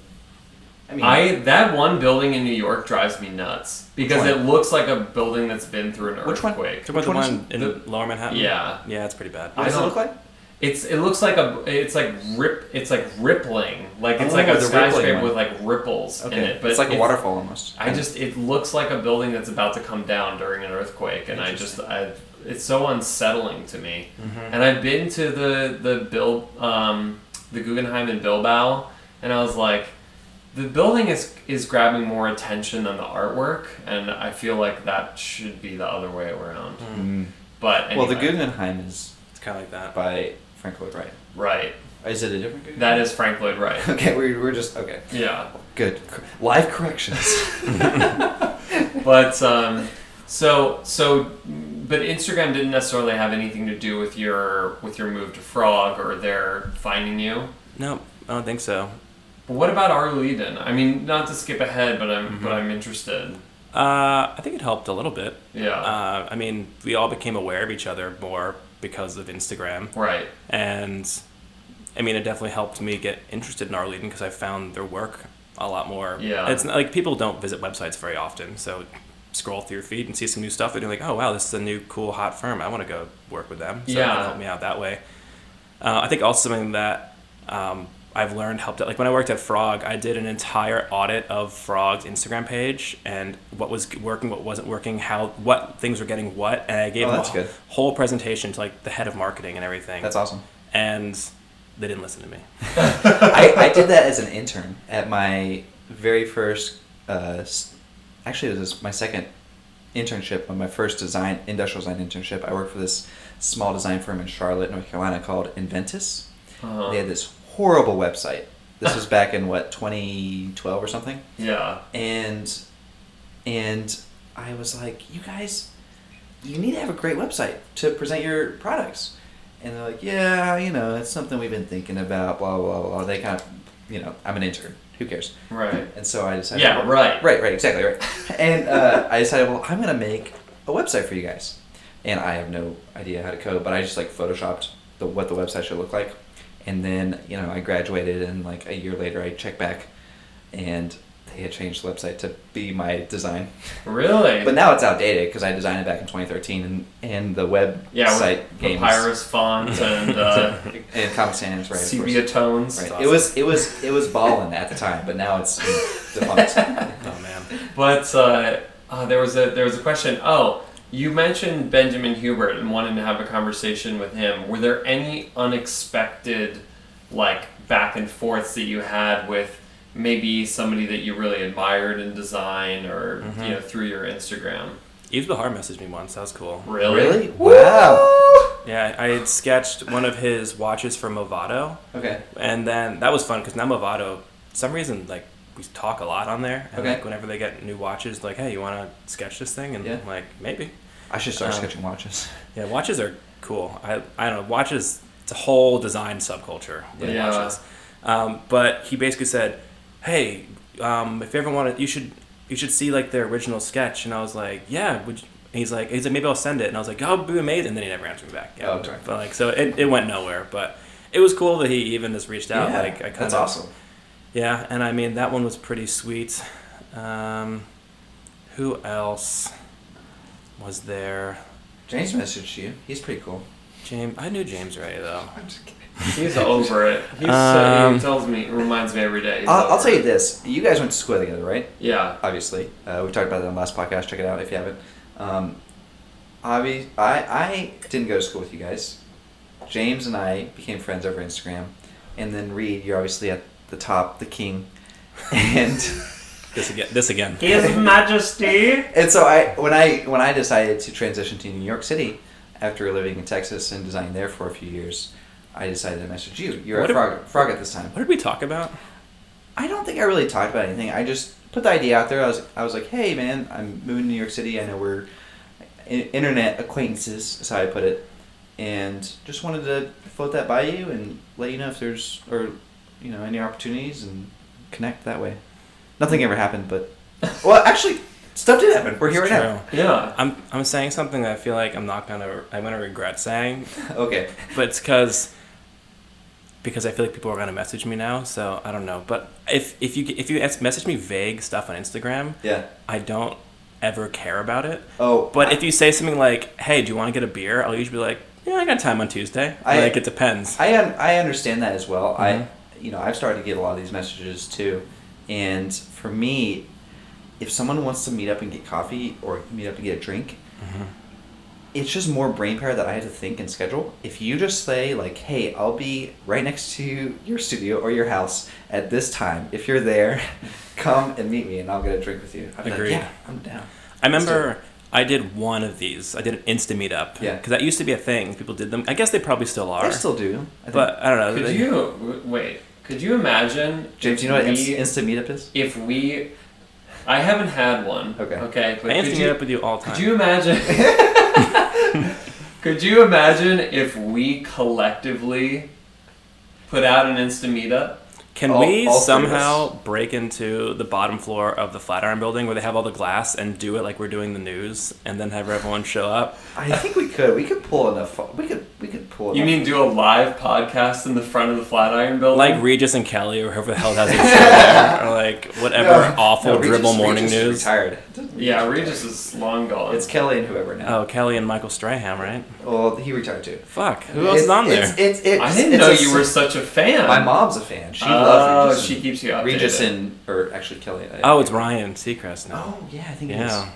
I mean, I that one building in New York drives me nuts because one? it looks like a building that's been through an Which one? earthquake. Talk about the Which one one in the- Lower Manhattan. Yeah. yeah, it's pretty bad. what does I it don't- look like? It's it looks like a it's like rip it's like rippling like it's Oh, like the a rippling skyscraper one. with like ripples in it. But it's like a waterfall almost. I just it looks like a building that's about to come down during an earthquake, and I just I it's so unsettling to me. Mm-hmm. And I've been to the the Bill um, the Guggenheim in Bilbao, and I was like, the building is is grabbing more attention than the artwork, and I feel like that should be the other way around. But anyway, Mm. Well, the Guggenheim is It's kind of like that. by Frank Lloyd Wright. right? Is it a different Guggenheim? That is Frank Lloyd Wright. Okay, we're, we're just okay. yeah. Good. Cor- Live corrections. but um, so so but Instagram didn't necessarily have anything to do with your with your move to Frog or their finding you. No, I don't think so. But what about Arleden? I mean, not to skip ahead, but I'm Mm-hmm. but I'm interested. Uh, I think it helped a little bit. Yeah. Uh, I mean, we all became aware of each other more because of Instagram. Right. and I mean, it definitely helped me get interested in Arleden because I found their work a lot more. Yeah. it's not, like people don't visit websites very often, so scroll through your feed and see some new stuff, and you're like, oh wow, this is a new cool hot firm. I want to go work with them. So Yeah. it helped me out that way. Uh, I think also something that um, I've learned helped out. Like when I worked at Frog, I did an entire audit of Frog's Instagram page and what was working, what wasn't working, how what things were getting what, and I gave Oh, them that's a good. whole presentation to like the head of marketing and everything That's awesome. and they didn't listen to me. I, I did that as an intern at my very first, uh, s- actually, it was my second internship, but my first design industrial design internship. I worked for this small design firm in Charlotte, North Carolina called Inventus. Uh-huh. They had this horrible website. This was back in what 2012 or something, Yeah. and and I was like, you guys, you need to have a great website to present your products. And they're like, yeah, you know, it's something we've been thinking about, blah, blah, blah. They kind of, you know, I'm an intern. Who cares? Right. And so I decided. Yeah. Right. Right, right, exactly, right. And uh, I decided, well, I'm going to make a website for you guys. And I have no idea how to code, but I just like photoshopped the, what the website should look like. And then, you know, I graduated and like a year later I checked back and they had changed the website to be my design. Really. But now it's outdated because I designed it back in 2013, and, and the web yeah. site With games papyrus font and uh, and Comic Sans, right? of sepia course. tones. Right. It was it was it was ballin' at the time, but now it's you know, defunct. Oh man. But uh, uh, there was a there was a question. Oh, you mentioned Benjamin Hubert and wanted to have a conversation with him. Were there any unexpected like back and forths that you had with maybe somebody that you really admired in design or Mm-hmm. you know through your Instagram? Eve Bihar messaged me once. That was cool. Really? Wow. Yeah, I had sketched one of his watches for Movado, Okay. and then that was fun because now Movado, for some reason, like we talk a lot on there. And, Okay. Like whenever they get new watches, like, hey, you want to sketch this thing? And Yeah. I'm like, maybe. I should start Um, sketching watches. Yeah, watches are cool. I I don't know watches. It's a whole design subculture with Yeah. watches. Um, but he basically said, "Hey, um, if you ever want to, you should you should see like their original sketch." And I was like, "Yeah." Would you? and He's like, he's like, maybe I'll send it, and I was like, oh, it'd be amazing. And then he never answered me back. Yeah, Oh, darn. but like, so it, it went nowhere. But it was cool that he even just reached out. like, I kind that's of, awesome. Yeah, and I mean that one was pretty sweet. Um, who else was there? James messaged you. He's pretty cool. James, I knew James Ray though. I'm just kidding. He's over it. He's, Um, he tells me, reminds me every day. he's I'll, I'll over tell you it. this: you guys went to school together, right? Yeah. obviously. Uh, we talked about that on the last podcast. Check it out if you haven't. Um, obvi- I, I didn't go to school with you guys. James and I became friends over Instagram. And then Reed, you're obviously at the top, the king. And This again. This again. His Majesty. and so I when I when I decided to transition to New York City after living in Texas and designing there for a few years, I decided to message you. You're What at if- Frog, Frog at this time. What did we talk about? I don't think I really talked about anything. I just put the idea out there. I was I was like, hey man, I'm moving to New York City. I know we're i- internet acquaintances, is how I put it, and just wanted to float that by you and let you know if there's or you know any opportunities and connect that way. Nothing ever happened, but well, actually, stuff did happen. We're here right It's now. true. Yeah. I'm I'm saying something that I feel like I'm not gonna I'm gonna regret saying, Okay, but it's because because I feel like people are gonna message me now. So I don't know. But if if you if you es- message me vague stuff on Instagram, yeah. I don't ever care about it. Oh, But if you say something like, "Hey, do you want to get a beer?" I'll usually be like, "Yeah, I got time on Tuesday." I- like it depends. I un- I understand that as well. Mhm. I you know I've started to get a lot of these messages too, and for me, if someone wants to meet up and get coffee or meet up and get a drink, Mm-hmm. it's just more brain power that I have to think and schedule. If you just say like, "Hey, I'll be right next to your studio or your house at this time. If you're there, come and meet me, and I'll get a drink with you." I'm Agreed. Like, yeah, I'm down. I remember I did one of these. I did an Insta meetup. Yeah. Because that used to be a thing. People did them. I guess they probably still are. They still do. I think. but I don't know. Could They- you w- wait? Could you imagine? James, if do you know what we- Inst- Insta Meetup is? if we I haven't had one. Okay. Okay. But I could Anthony you, up with you all the time. could you imagine Could you imagine if we collectively put out an Insta meetup? Can All- we all three of somehow break into the bottom floor of the Flatiron Building where they have all the glass and do it like we're doing the news, and then have everyone show up? I think we could. We could pull enough. fu- We could. We could pull. You enough- mean do a live podcast in the front of the Flatiron Building? Like Regis and Kelly, or whoever the hell has it, show up, or like whatever No. awful No, Regis- dribble morning Regis is news. Retired. yeah, Regis is long gone. It's Kelly and whoever now. Oh, Kelly and Michael Strahan, right? Well, he retired too. Fuck, Oh. who else is It's- on there? It's, it's, it's, I didn't it's know a you s- were such a fan. My mom's a fan. She oh, loves Regis. she and- keeps you updated. Regis and or actually Kelly. I- oh, it's Ryan Seacrest now. Oh yeah, I think it is. yeah.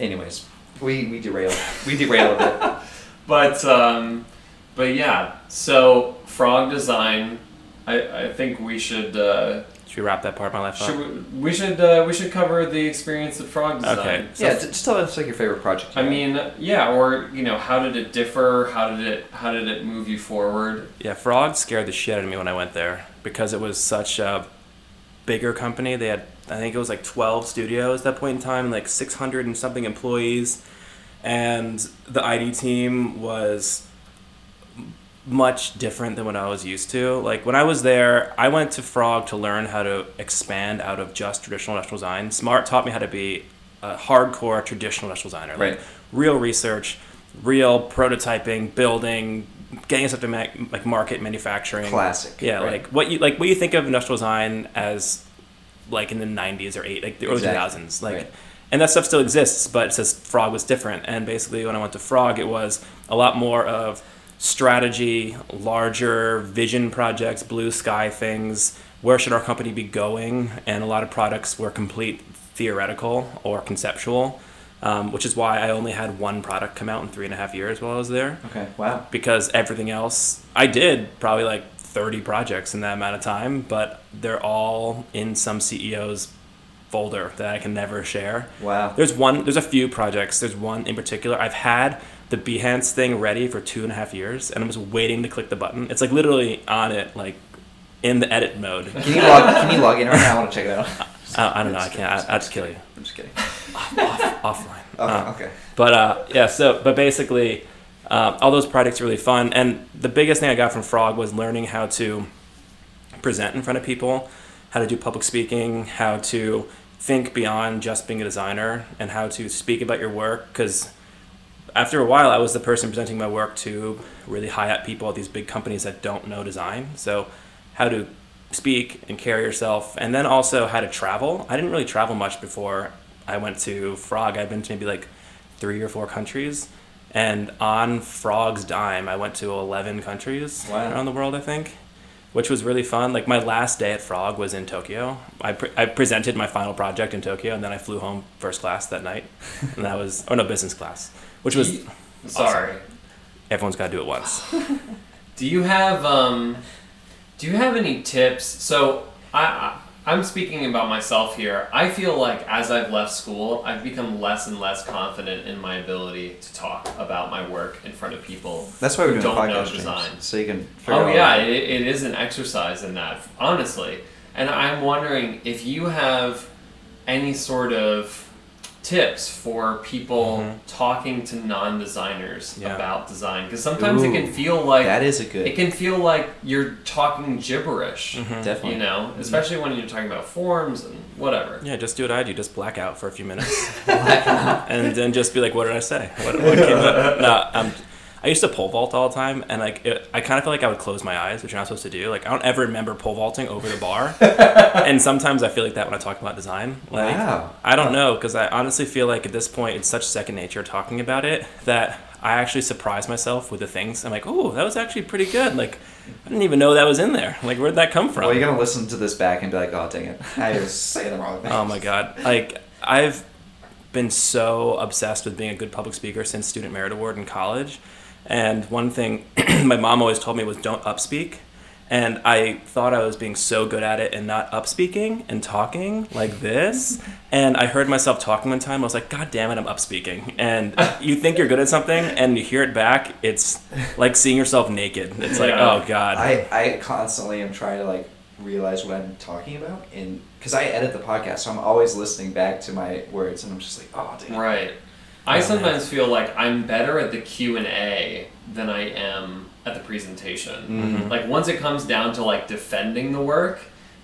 Anyways, we we derailed. We derailed a bit. But um, but yeah, so frog design. I, I think we should uh, Should we wrap that part of my life up? should we, we should uh, we should cover the experience of frog design. Okay. yeah, t- just tell us like your favorite project. I mean, yeah, or you know, how did it differ? How did it how did it move you forward? Yeah, Frog scared the shit out of me when I went there because it was such a bigger company. They had, I think it was like 12 studios at that point in time, like 600 and something employees. And the ID team was m- much different than what I was used to. Like when I was there, I went to Frog to learn how to expand out of just traditional industrial design. Smart taught me how to be a hardcore traditional industrial designer. Like Right. real research, real prototyping, building, getting stuff to ma- like market manufacturing. classic. Yeah, right? like what you like what you think of industrial design as like in the 90s or 8 like the early Exactly. 2000s like Right. and that stuff still exists but it says frog was different and basically when I went to frog it was a lot more of strategy, larger vision projects, blue sky things, where should our company be going and a lot of products were complete theoretical or conceptual. Um, which is why I only had one product come out in three and a half years while I was there Okay. Wow. because everything else I did probably like 30 projects in that amount of time, but they're all in some CEO's folder that I can never share. Wow. There's one, there's a few projects. There's one in particular. I've had the Behance thing ready for two and a half years, and I'm just waiting to click the button. It's like literally on it, like in the edit mode. Uh, Can you log? Can you log in right now? I want to check it out. I, I don't know. I can't. I, I'll just kill you I'm just kidding. offline. Oh, Uh, okay. But uh, yeah, so but basically, uh, all those projects are really fun. And the biggest thing I got from Frog was learning how to present in front of people, how to do public speaking, how to think beyond just being a designer, and how to speak about your work. Because after a while, I was the person presenting my work to really high up people at these big companies that don't know design. So how to speak and carry yourself, and then also how to travel. I didn't really travel much before I went to Frog. I'd been to maybe like three or four countries. And on Frog's dime, I went to 11 countries Wow. around the world, I think, which was really fun. Like, my last day at Frog was in Tokyo. I, pre- I presented my final project in Tokyo, and then I flew home first class that night. and that was, oh no, business class, which was, Do you- sorry. everyone's got to do it once. Do you have um, do you have any tips? So I, I I'm speaking about myself here. I feel like as I've left school, I've become less and less confident in my ability to talk about my work in front of people. That's why we're who doing a don't know podcast, design. James, so you can. Figure Oh out yeah, it, it is an exercise in that, honestly. And I'm wondering if you have any sort of tips for people Mm-hmm. talking to non-designers Yeah. about design because sometimes it Ooh, can feel like that is Mm-hmm. a good. it can feel like you're talking gibberish. definitely. You know, especially when you're talking about forms and whatever. yeah, just do what I do, just black out for a few minutes. and then just be like, what did I say? What, what came up? No, um, I used to pole vault all the time, and like it, I kind of feel like I would close my eyes, which you're not supposed to do. Like I don't ever remember pole vaulting over the bar, and sometimes I feel like that when I talk about design. Like Wow. I don't know because I honestly feel like at this point it's such second nature talking about it that I actually surprise myself with the things. I'm like, oh, that was actually pretty good. Like I didn't even know that was in there. Like where'd that come from? Well, you're gonna listen to this back and be like, "Oh, dang it! I was saying the wrong thing." Oh my god! Like I've been so obsessed with being a good public speaker since Student Merit Award in college, and one thing my mom always told me was don't upspeak, and I thought I was being so good at it and not upspeaking and talking like this, and I heard myself talking one time. I was like, God damn it, I'm upspeaking, and you think you're good at something, and you hear it back. It's like seeing yourself naked. It's like, Yeah. oh god. I, I constantly am trying to like realize what I'm talking about, and because I edit the podcast, so I'm always listening back to my words, and I'm just like, "Oh, dang!" it." Right. I sometimes feel like I'm better at the Q and A than I am at the presentation. Mm-hmm. Like once it comes down to like defending the work,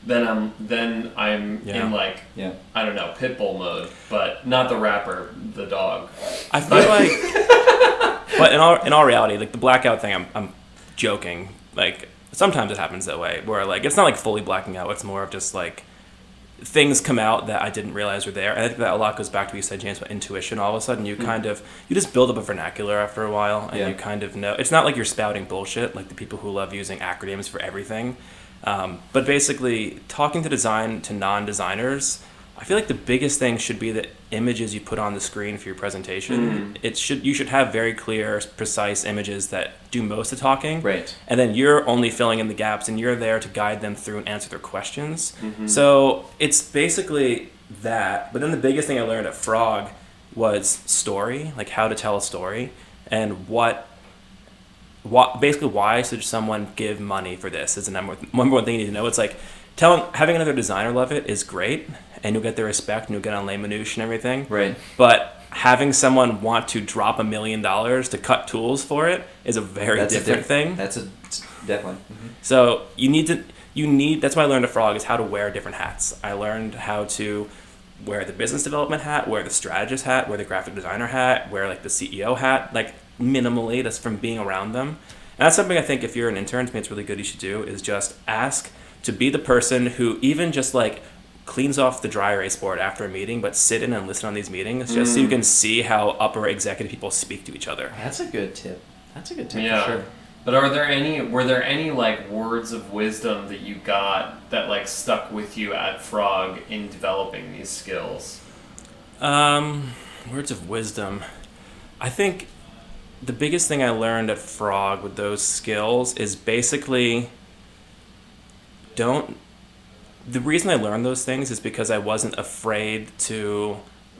then I'm then I'm Yeah. in like Yeah. I don't know pit bull mode, but not the rapper, the dog. I feel like, but in all in all reality, like the blackout thing, I'm I'm joking. Like sometimes it happens that way, where like it's not like fully blacking out. It's more of just like things come out that I didn't realize were there. And I think that a lot goes back to what you said, James, about intuition. All of a sudden, you kind of you just build up a vernacular after a while, and Yeah. you kind of know. It's not like you're spouting bullshit, like the people who love using acronyms for everything. Um, but basically, talking to design to non-designers, I feel like the biggest thing should be the images you put on the screen for your presentation. It should you should have very clear, precise images that do most of the talking Right. and then you're only filling in the gaps and you're there to guide them through and answer their questions Mm-hmm. so it's basically that but then the biggest thing i learned at frog was story like how to tell a story and what what basically why should someone give money for this is the number, number one thing you need to know it's like telling having another designer love it is great and you'll get their respect and you'll get on lay minouche and everything Right. but having someone want to drop a million dollars to cut tools for it is a very That's a different diff- thing Mm-hmm. That's a definitely. so you need to you need that's why I learned at Frog is how to wear different hats. I learned how to wear the business development hat, wear the strategist hat, wear the graphic designer hat, wear like the CEO hat, like minimally that's from being around them. And that's something I think if you're an intern, to me it's really good you should do is just ask to be the person who even just like cleans off the dry erase board after a meeting, but sit in and listen on these meetings just so you can see how upper executive people speak to each other. That's a good tip. That's a good tip Yeah. for sure. But are there any were there any like words of wisdom that you got that like stuck with you at Frog in developing these skills? Um, words of wisdom. I think the biggest thing I learned at Frog with those skills is basically don't. The reason I learned those things is because I wasn't afraid to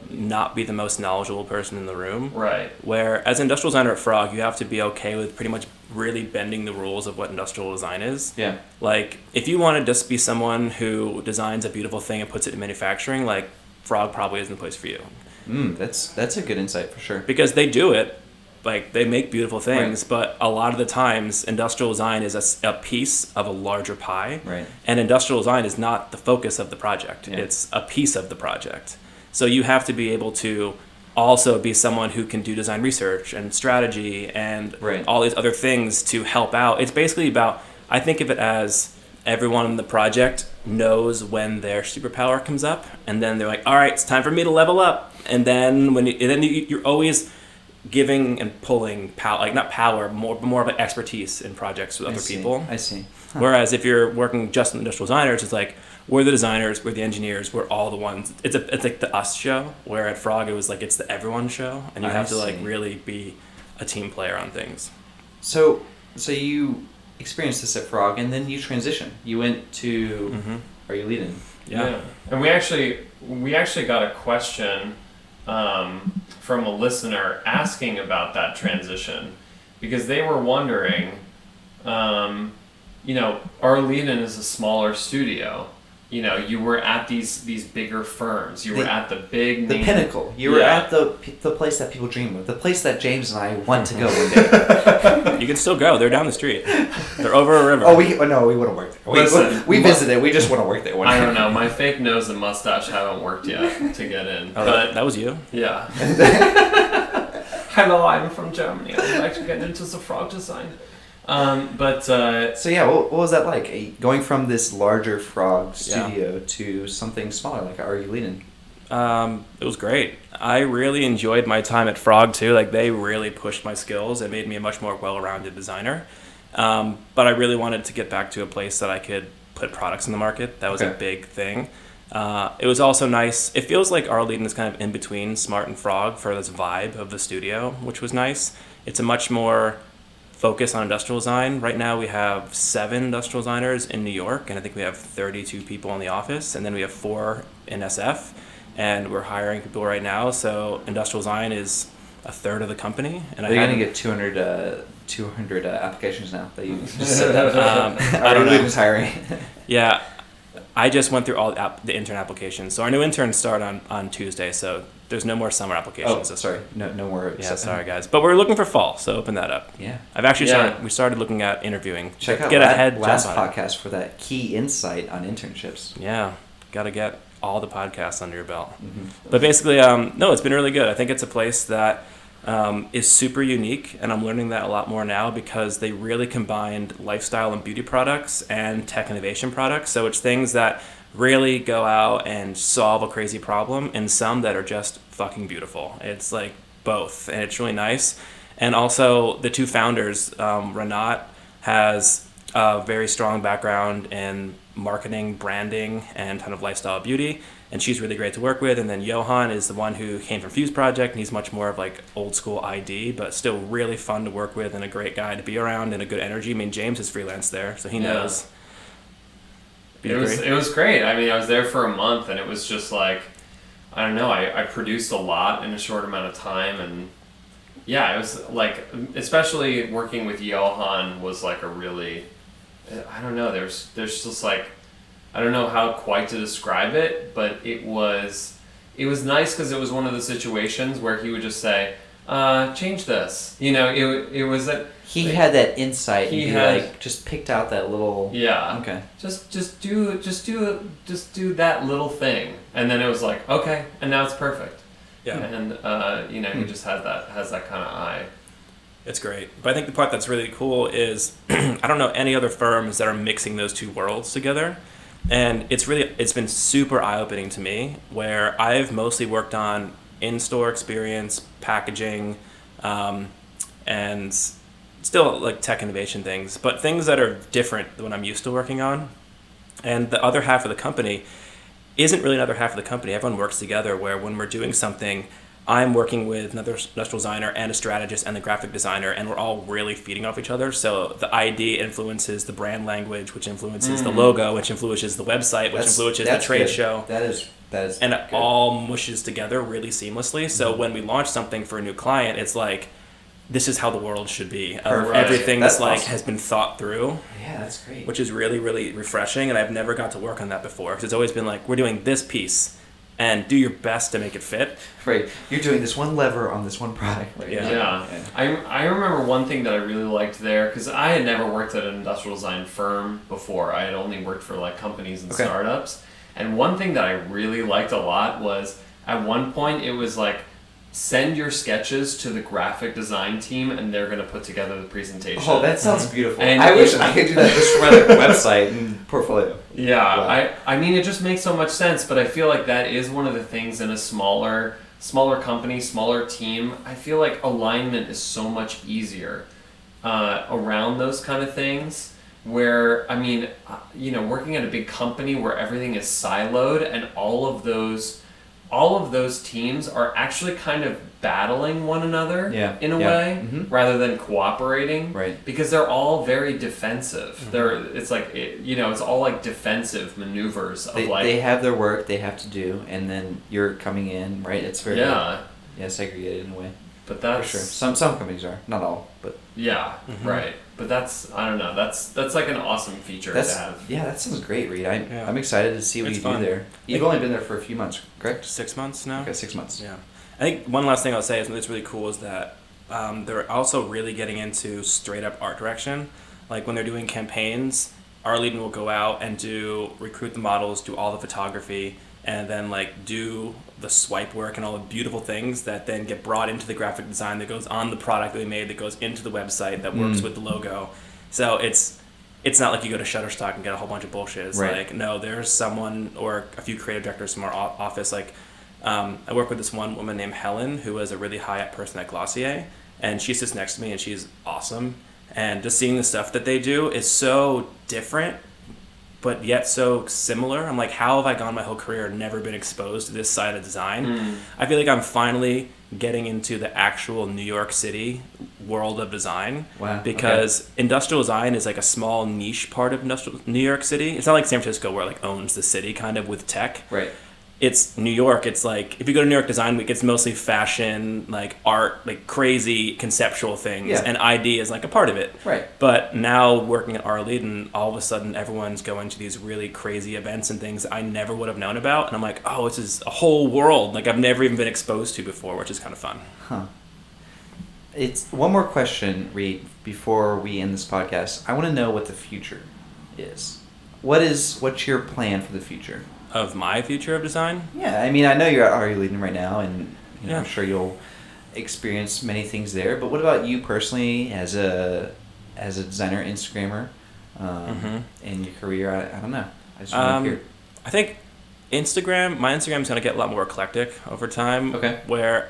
not be the most knowledgeable person in the room. Right. Where, as an industrial designer at Frog, you have to be okay with pretty much really bending the rules of what industrial design is. Yeah. Like, if you want to just be someone who designs a beautiful thing and puts it in manufacturing, like, Frog probably isn't the place for you Mm, that's that's a good insight for sure. because they do it like they make beautiful things but a lot of the times industrial design is a s- a, piece of a larger pie Right. and industrial design is not the focus of the project Yeah. it's a piece of the project so you have to be able to also be someone who can do design research and strategy and Right. all these other things to help out it's basically about i think of it as everyone in the project knows when their superpower comes up and then they're like all right it's time for me to level up and then when you, and then you, you're always giving and pulling power like not power more more of an expertise in projects with I other see. people I see. Whereas if you're working just with industrial designers, it's like we're the designers, we're the engineers, we're all the ones. It's a it's like the us show. Where at Frog it was like it's the everyone show, and you I have to like see. really be a team player on things. So so you experienced this at Frog, and then you transitioned. You went to. Mm-hmm. Are you leading? Yeah. And we actually we actually got a question um, from a listener asking about that transition because they were wondering, um, you know, Arlene is a smaller studio. You know, you were at these these bigger firms. You were The- at the big The name- pinnacle. You were Yeah. at the the place that people dream of. The place that James and I want to go one day. You can still go. They're down the street. They're over a river. oh, we oh, no, we want to work there. We, Listen, we mu- visited. We just want to work there. One I day. don't know. My fake nose and mustache haven't worked yet to get in. but Oh, that, that was you. Yeah. Hello, I'm from Germany. I would like to get into the frog design. Um, but uh, So yeah, what, what was that like? A, going from this larger Frog Yeah. studio to something smaller like Are You Leading? Um, it was great. I really enjoyed my time at Frog too. Like they really pushed my skills and made me a much more well-rounded designer. Um, but I really wanted to get back to a place that I could put products in the market. That was a Okay. big thing. Uh, it was also nice. It feels like Arlene is kind of in between Smart and Frog for this vibe of the studio, which was nice. It's a much more focus on industrial design. Right now, we have seven industrial designers in New York, and I think we have 32 people in the office, and then we have four in SF, and we're hiring people right now. So industrial design is a third of the company, and They're hadn't- gonna get 200, uh, 200 uh, applications now that you just said that. Um, I Are don't You know. Leading's hiring. Yeah, I just went through all the, app, the intern applications. So our new interns start on, on Tuesday, so there's no more summer Oh, applications. this sorry. No, no more. Yeah, sorry guys, but we're looking for fall, so open that up. Yeah. I've actually Yeah. started. We started looking at interviewing. Check out get la- ahead. last jump on it. Podcast for that key insight on internships. Yeah, gotta get all the podcasts under your belt. But basically, um, no, it's been really good. I think it's a place that um, is super unique, and I'm learning that a lot more now because they really combined lifestyle and beauty products and tech innovation products. So it's things that really go out and solve a crazy problem, and some that are just fucking beautiful. It's like both, and it's really nice. And also, the two founders, um, Renat has a very strong background in marketing, branding, and kind of lifestyle beauty. And she's really great to work with. And then Johan is the one who came from Fuse Project, and he's much more of like old school ID, but still really fun to work with and a great guy to be around and a good energy. I mean, James is freelance there, so he Yeah. knows. Do It you was agree? it was great. I mean, I was there for a month, and it was just like, I don't know. I, I produced a lot in a short amount of time, and yeah, it was like, especially working with Johan was like a really, I don't know. There's there's just like, I don't know how quite to describe it, but it was it was nice because it was one of the situations where he would just say, uh, change this. You know, it it was a, He had that insight. He He, had- like just picked out that little. yeah. Okay. just just do just do just do that little thing and then it was like okay and now it's perfect Yeah, and uh, you know he just has that has that kind of eye it's great. But I think the part that's really cool is I don't know any other firms that are mixing those two worlds together. and it's really it's been super eye-opening to me where i've mostly worked on in-store experience packaging um, and still like tech innovation things but things that are different than what i'm used to working on and the other half of the company isn't really another half of the company everyone works together where when we're doing something i'm working with another industrial designer and a strategist and a graphic designer and we're all really feeding off each other so the id influences the brand language which influences the Mm. logo logo, which influences the website, which influences the that's trade good. show, That is that is. and it good. Mm-hmm. all mushes together really seamlessly. So when we launch something for a new client, it's like this is how the world should be. Of Perfect. everything that's, That's like awesome. has been thought through, Yeah, that's great. which is really really refreshing. And I've never got to work on that before because it's always been like we're doing this piece, and do your best to make it fit. right. You're doing this one lever on this one product. Right Yeah. yeah, now. I, I remember one thing that i really liked there because i had never worked at an industrial design firm before i had only worked for like companies and Okay. startups and one thing that i really liked a lot was at one point it was like send your sketches to the graphic design team and they're going to put together the presentation Oh, that sounds beautiful. And I you- wish I could do that just for my like, website and portfolio. Yeah, Wow. I, I mean it just makes so much sense, but I feel like that is one of the things in a smaller smaller company, smaller team. I feel like alignment is so much easier uh, around those kind of things. Where I mean, uh, you know, working at a big company where everything is siloed and all of those all of those teams are actually kind of battling one another Yeah, in a yeah. way Mhm. rather than cooperating Right. because they're all very defensive they're it's like it, you know it's all like defensive maneuvers of They, like they have their work they have to do, and then you're coming in, right? It's very yeah yeah segregated in a way but for that's sure. Some some companies are not all, but yeah right but that's i don't know that's that's like an awesome feature that's to have yeah that sounds great, Reed. I'm Yeah. I'm excited to see what It's you fun. do there. You've only been there for a few months, correct? Six months now. Okay, six months. Yeah. I think one last thing I'll say is something that's really cool is that um, they're also really getting into straight up art direction. Like when they're doing campaigns, our lead will go out and do recruit the models, do all the photography, and then like do the swipe work and all the beautiful things that then get brought into the graphic design that goes on the product that we made that goes into the website that works Mm. with the logo. So it's it's not like you go to Shutterstock and get a whole bunch of bullshit. It's Right. like no, there's someone or a few creative directors from our o- office like um, I work with this one woman named Helen who is a really high up person at Glossier, and she sits next to me and she's awesome. And just seeing the stuff that they do is so different, but yet so similar. I'm like, how have I gone my whole career and never been exposed to this side of design? Hmm. I feel like I'm finally getting into the actual New York City world of design Wow, okay. because industrial design is like a small niche part of industrial New York City. It's not like San Francisco where it like owns the city kind of with tech Right. it's New York. It's like if you go to New York Design Week, it's mostly fashion, like art, like crazy conceptual things, Yeah. and ID is like a part of it. Right. But now working at Our Lead, and all of a sudden everyone's going to these really crazy events and things I never would have known about, and I'm like, oh, this is a whole world like I've never even been exposed to before, which is kind of fun. Huh. It's one more question, Reed, before we end this podcast. I want to know what the future is. What is what's your plan for the future? Of my future of design, Yeah, I mean, I know you're at RU Leading right now, and you know, Yeah. I'm sure you'll experience many things there. But what about you personally, as a as a designer, Instagrammer, um, Mhm. in your career? I, I don't know. I just want to Um, hear. I think Instagram, my Instagram is going to get a lot more eclectic over time. Okay. Where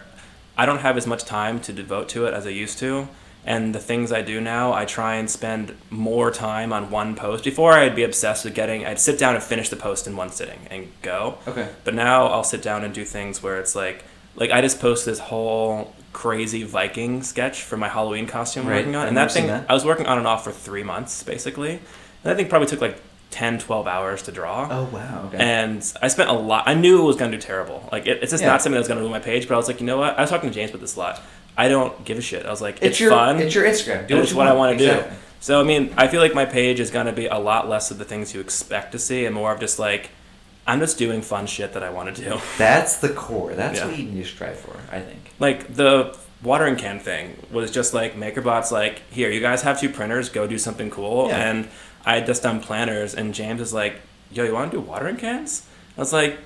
I don't have as much time to devote to it as I used to. And the things I do now, I try and spend more time on one post. Before, I'd be obsessed with getting, I'd sit down and finish the post in one sitting and go. Okay. But now I'll sit down and do things where it's like, like I just posted this whole crazy Viking sketch for my Halloween costume I'm Right. working on. I've And that never seen thing, that. I was working on and off for three months basically. And that thing probably took like 10, 12 hours to draw. Oh wow. Okay. And I spent a lot. I knew it was going to do terrible. Like it, it's just Yeah. not something that was going to ruin my page. But I was like, you know what? I was talking to James about this a lot. I don't give a shit. I was like, it's, it's, your fun. it's your Instagram. Do and what it's you what I want to Exactly. do. So I mean, I feel like my page is going to be a lot less of the things you expect to see, and more of just like, I'm just doing fun shit that I want to do. That's the core. That's Yeah. what you need to strive for. I think. like the watering can thing was just like MakerBot's like, here, you guys have two printers, go do something cool. Yeah. And I had just done planners, and James is like, yo, you want to do watering cans? I was like,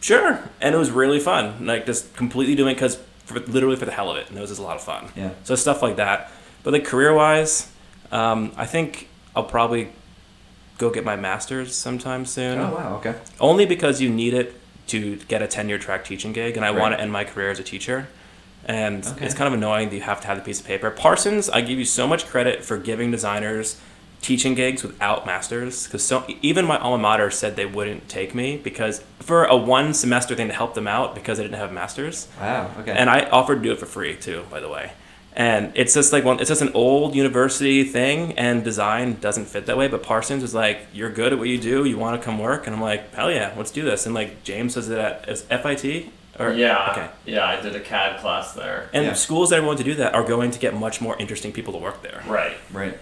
sure. And it was really fun. Like just completely doing it because for, literally for the hell of it, and it was just a lot of fun. Yeah. So stuff like that. But like career wise, um, I think I'll probably go get my master's sometime soon Oh wow. Okay. only because you need it to get a tenure track teaching gig and i Right. want to end my career as a teacher and Okay. it's kind of annoying that you have to have the piece of paper parsons i give you so much credit for giving designers teaching gigs without masters because so e, even my alma mater said they wouldn't take me because for a one semester thing to help them out because i didn't have masters Wow. Okay. and I offered to do it for free too, by the way. And it's just like one, it's just an old university thing, and design doesn't fit that way. But Parsons was like, "You're good at what you do. You want to come work?" And I'm like, "Hell yeah, let's do this." And like James does it at is FIT or yeah. okay. Yeah, I did a CAD class there. And Yeah. schools that are willing to do that are going to get much more interesting people to work there. Right. right.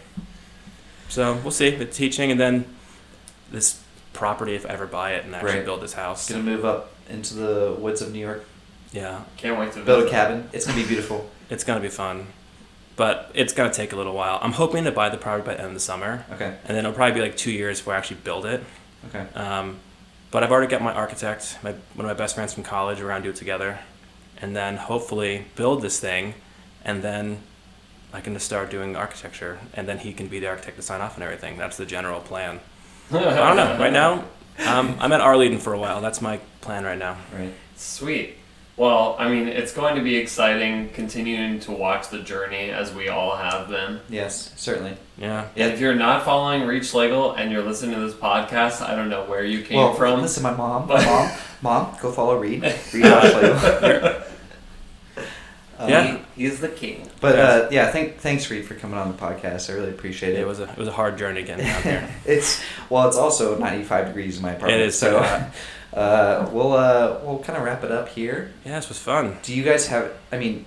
So we'll see with teaching, and then this property if I ever buy it and actually Right. build this house. Gonna move up into the woods of New York. Yeah, Can't wait to Build a visit. cabin. It's gonna be beautiful. it's gonna be fun, but it's gonna take a little while. I'm hoping to buy the property by the end of the summer. Okay. and then it'll probably be like two years before I actually build it. Okay. Um, but I've already got my architect, my, one of my best friends from college, we're gonna do it together, and then hopefully build this thing, and then I can just start doing architecture, and then he can be the architect to sign off and everything. That's the general plan. I don't know. Right now, um, I'm at Arlington for a while. That's my plan right now. Right. Sweet. Well, I mean, it's going to be exciting continuing to watch the journey as we all have been. Yes. Certainly. Yeah. And if you're not following Reach Legal and you're listening to this podcast, I don't know where you came well, from. Listen, my mom, But- mom, mom, go follow Reed. Reed Ashley. um, Yeah. He's the king. But uh, yeah, thank, thanks Reed for coming on the podcast. I really appreciate it. It was a it was a hard journey getting down here. it's well, it's also 95 degrees in my apartment. It is So pretty hot. uh, we'll uh, we'll kind of wrap it up here. Yeah, this was fun. Do you guys have? I mean,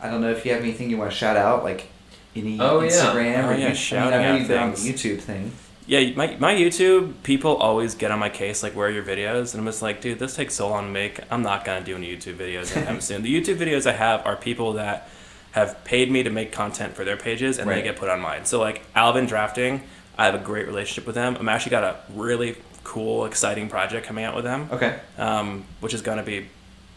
I don't know if you have anything you want to shout out, like any Oh, yeah. Instagram Oh, or YouTube- yeah, I mean, shouting I know out you've done the things. YouTube thing. Yeah, my, my YouTube people always get on my case like, where are your videos? And I'm just like, dude, this takes so long to make. I'm not gonna do any YouTube videos anytime soon. The YouTube videos I have are people that have paid me to make content for their pages, and they Right. get put on mine. So like Alvin Drafting, I have a great relationship with them. I'm actually got a really cool, exciting project coming out with them, Okay. um, which is gonna be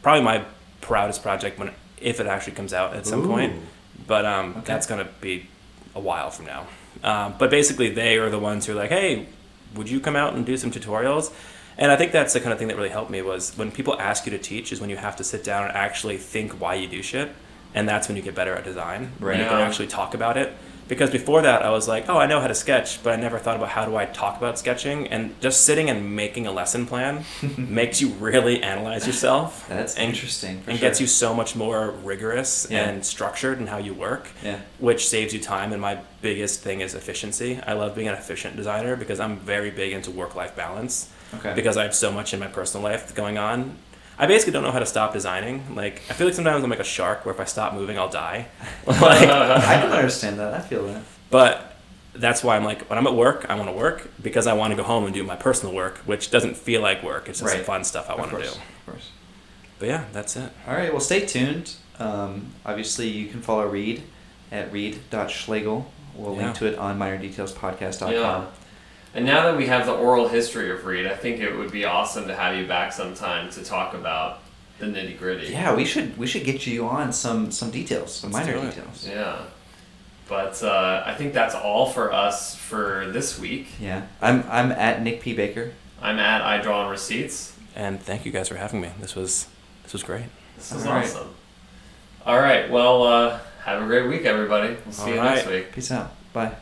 probably my proudest project when if it actually comes out at some point Ooh. but um, Okay. that's gonna be a while from now. Um, but basically, they are the ones who are like, "Hey, would you come out and do some tutorials?" And I think that's the kind of thing that really helped me was when people ask you to teach is when you have to sit down and actually think why you do shit, and that's when you get better at design. Right. You can Yeah. actually talk about it. Because before that, I was like, oh, I know how to sketch, but I never thought about how do I talk about sketching. And just sitting and making a lesson plan makes you really analyze yourself. That's and, interesting. For and sure. gets you so much more rigorous Yeah. and structured in how you work, Yeah. which saves you time. And my biggest thing is efficiency. I love being an efficient designer because I'm very big into work life balance Okay. because I have so much in my personal life going on. I basically don't know how to stop designing. Like I feel like sometimes I'm like a shark where if I stop moving, I'll die. like, I can understand that. I feel that. but that's why I'm like when I'm at work, I want to work because I want to go home and do my personal work, which doesn't feel like work. It's just Right. fun stuff I Of want to do. course, Of course. But yeah, that's it. All right. Well, stay tuned. Um, obviously, you can follow Reed at reed.schlegel. We'll Yeah. link to it on minordetailspodcast.com. Yeah. And now that we have the oral history of Reed, I think it would be awesome to have you back sometime to talk about the nitty gritty. Yeah, we should we should get you on some some details, some Let's minor do it. details. Yeah. But uh, I think that's all for us for this week. Yeah. I'm I'm at Nick P Baker. I'm at I Draw on Receipts. And thank you guys for having me. This was this was great. This is All right. awesome. All right. Well, uh, have a great week, everybody. We'll see All you next right. week. Peace out. Bye.